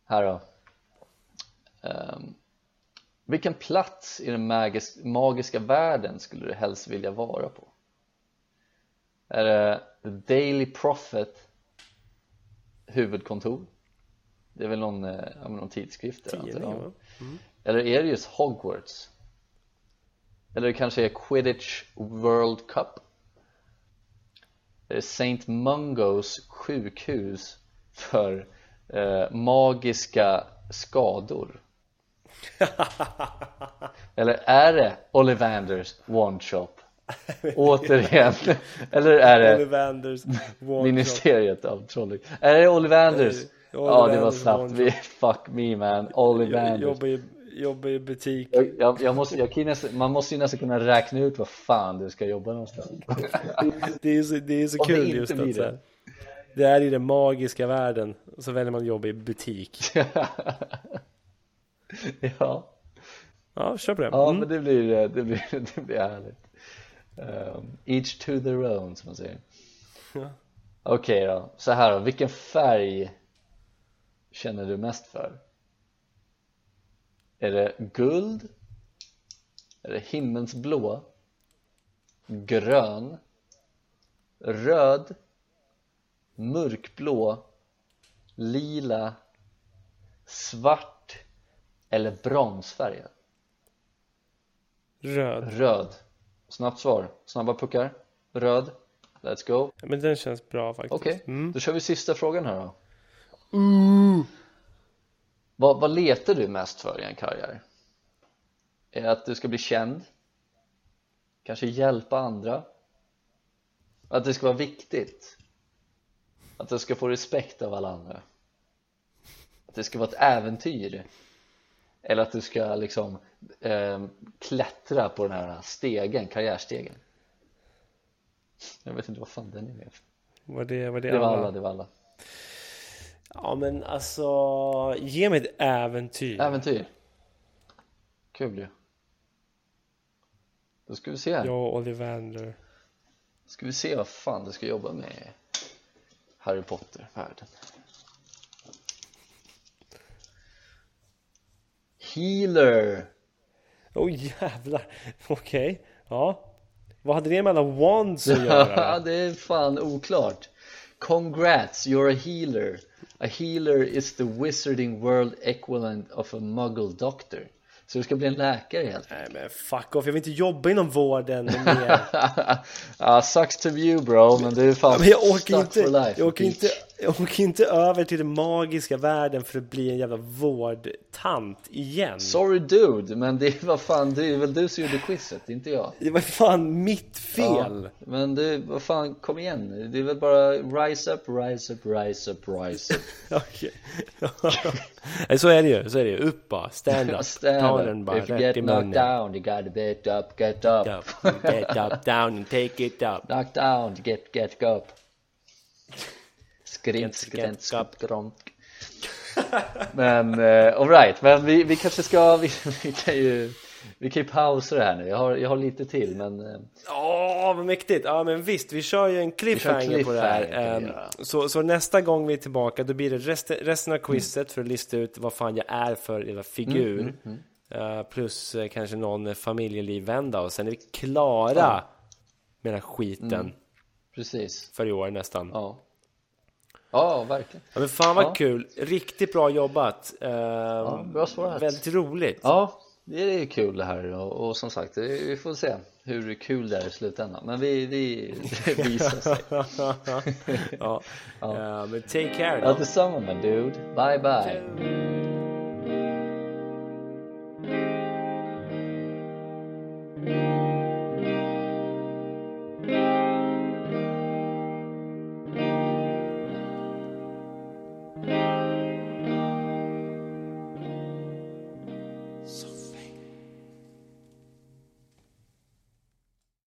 A: Här då Ehm, Vilken plats i den magis- magiska världen skulle du helst vilja vara på? Är det The Daily Prophet huvudkontor? Det är väl någon, eh, ja, men någon tidskrift eller
B: Tidning,
A: något, ja.
B: va?
A: Eller är det just Hogwarts? Eller det kanske är Quidditch World Cup? Är det St. Mungos sjukhus för eh, magiska skador? Eller är det Ollivanders One Shop? Återigen. Eller är det
B: Ollivanders Wardrop.
A: Ministeriet av Trolling? Är det Ollivanders?
B: Nej,
A: Ja, det var
B: Ollivanders
A: snabbt.
B: One
A: Vi, fuck me man.
B: Jag
A: Ollivanders.
B: jobbar i, jobbar i butik.
A: Jag, jag, jag måste, jag kan ju nästan, man måste ju nästan kunna räkna ut vad fan du ska jobba någonstans
B: Det är ju så, det är så
A: Om det
B: kul
A: inte
B: just
A: blir
B: att så
A: det.
B: här, det är i den magiska världen och så väljer man att jobba i butik.
A: Ja,
B: Ja, kör på det.
A: ja
B: Mm.
A: men det blir, eh, det blir, det blir härligt Ehm, Each to their own som man säger
B: Ja.
A: Okej då, så här då, vilken färg känner du mest för? Är det guld? Är det himmelsblå? Grön? Röd? Mörkblå? Lila? Svart? Eller bronsfärgad?
B: Röd.
A: Röd Snabbt svar, snabba puckar Röd Let's go
B: Men den känns bra faktiskt.
A: Okej,
B: Mm.
A: då kör vi sista frågan här då. Vad, vad letar du mest för i en karriär? Är det att du ska bli känd? Kanske hjälpa andra? Att det ska vara viktigt? Att du ska få respekt av alla andra? Att det ska vara ett äventyr? Eller att du ska liksom ehm, klättra på den här stegen, karriärstegen? Jag vet inte vad fan den är med för.
B: Var det, var det,
A: Det var
B: alla?
A: alla, det var alla
B: Ja, men alltså ge mig ett äventyr.
A: Äventyr Kul ju Då ska vi se här
B: Jag och Ollivander.
A: Ska vi se vad fan du ska jobba med i Harry Potter-världen Healer
B: Oj jävlar. Okej. Ja. Vad hade det med alla wands att göra?
A: det är fan oklart Congrats, you're a healer A healer is the wizarding world equivalent of a muggle doctor Så du ska bli en läkare helt
B: Nej men fuck off. Jag vill inte jobba inom vården mer.
A: ah, Sucks to you bro, men du är fan
B: Men jag åker,
A: stuck
B: inte,
A: for life
B: jag, åker
A: bitch.
B: inte, jag åker inte över till den magiska världen för att bli en jävla vårdtant igen.
A: Sorry dude, men det är vad fan, det är väl du som gjorde quizet, det är inte jag
B: Det var fan mitt fel.
A: Ja, men det, vad fan, kom igen Det är väl bara rise up, rise up, rise up, rise up
B: Okej. Nej, så är det ju. Så är det ju. Upp bara. Stand up.
A: Stand
B: Ta
A: up.
B: den bara
A: If you
B: rätt
A: get
B: i
A: knocked
B: munnen.
A: down, you gotta get up, get up.
B: Up. Get up, down and take it up.
A: Knocked down, get, get up. Skrint, skrint,
B: Get
A: skrint, gront. Men eh, alright, men vi, vi kanske ska, vi, vi kan ju vi kan ju pausa det här nu, jag har, jag har lite till men eh,
B: Åh, vad mäktigt! Ja, men visst, vi kör ju en cliffhanger, på det
A: cliffhanger kan
B: här.
A: vi
B: Ehm,
A: göra.
B: så, så nästa gång vi är tillbaka, då blir det rest, resten av quizet för att lista ut vad fan jag är för jävla figur. Eh, plus eh, kanske någon eh, familjelivvända och sen är vi klara med den här skiten
A: precis,
B: för i år nästan. Mm. Ja.
A: ja Ja, verkligen
B: men fan vad
A: Ja.
B: kul! Riktigt bra jobbat! Ehm,
A: bra svarat.
B: Väldigt roligt!
A: Ja, det är kul det här och, och som sagt, det- vi får se hur kul det är i slutändan Men vi, vi det visar sig
B: ja. Ehm, men take care!
A: Ja, detsamma my dude, bye bye
B: då.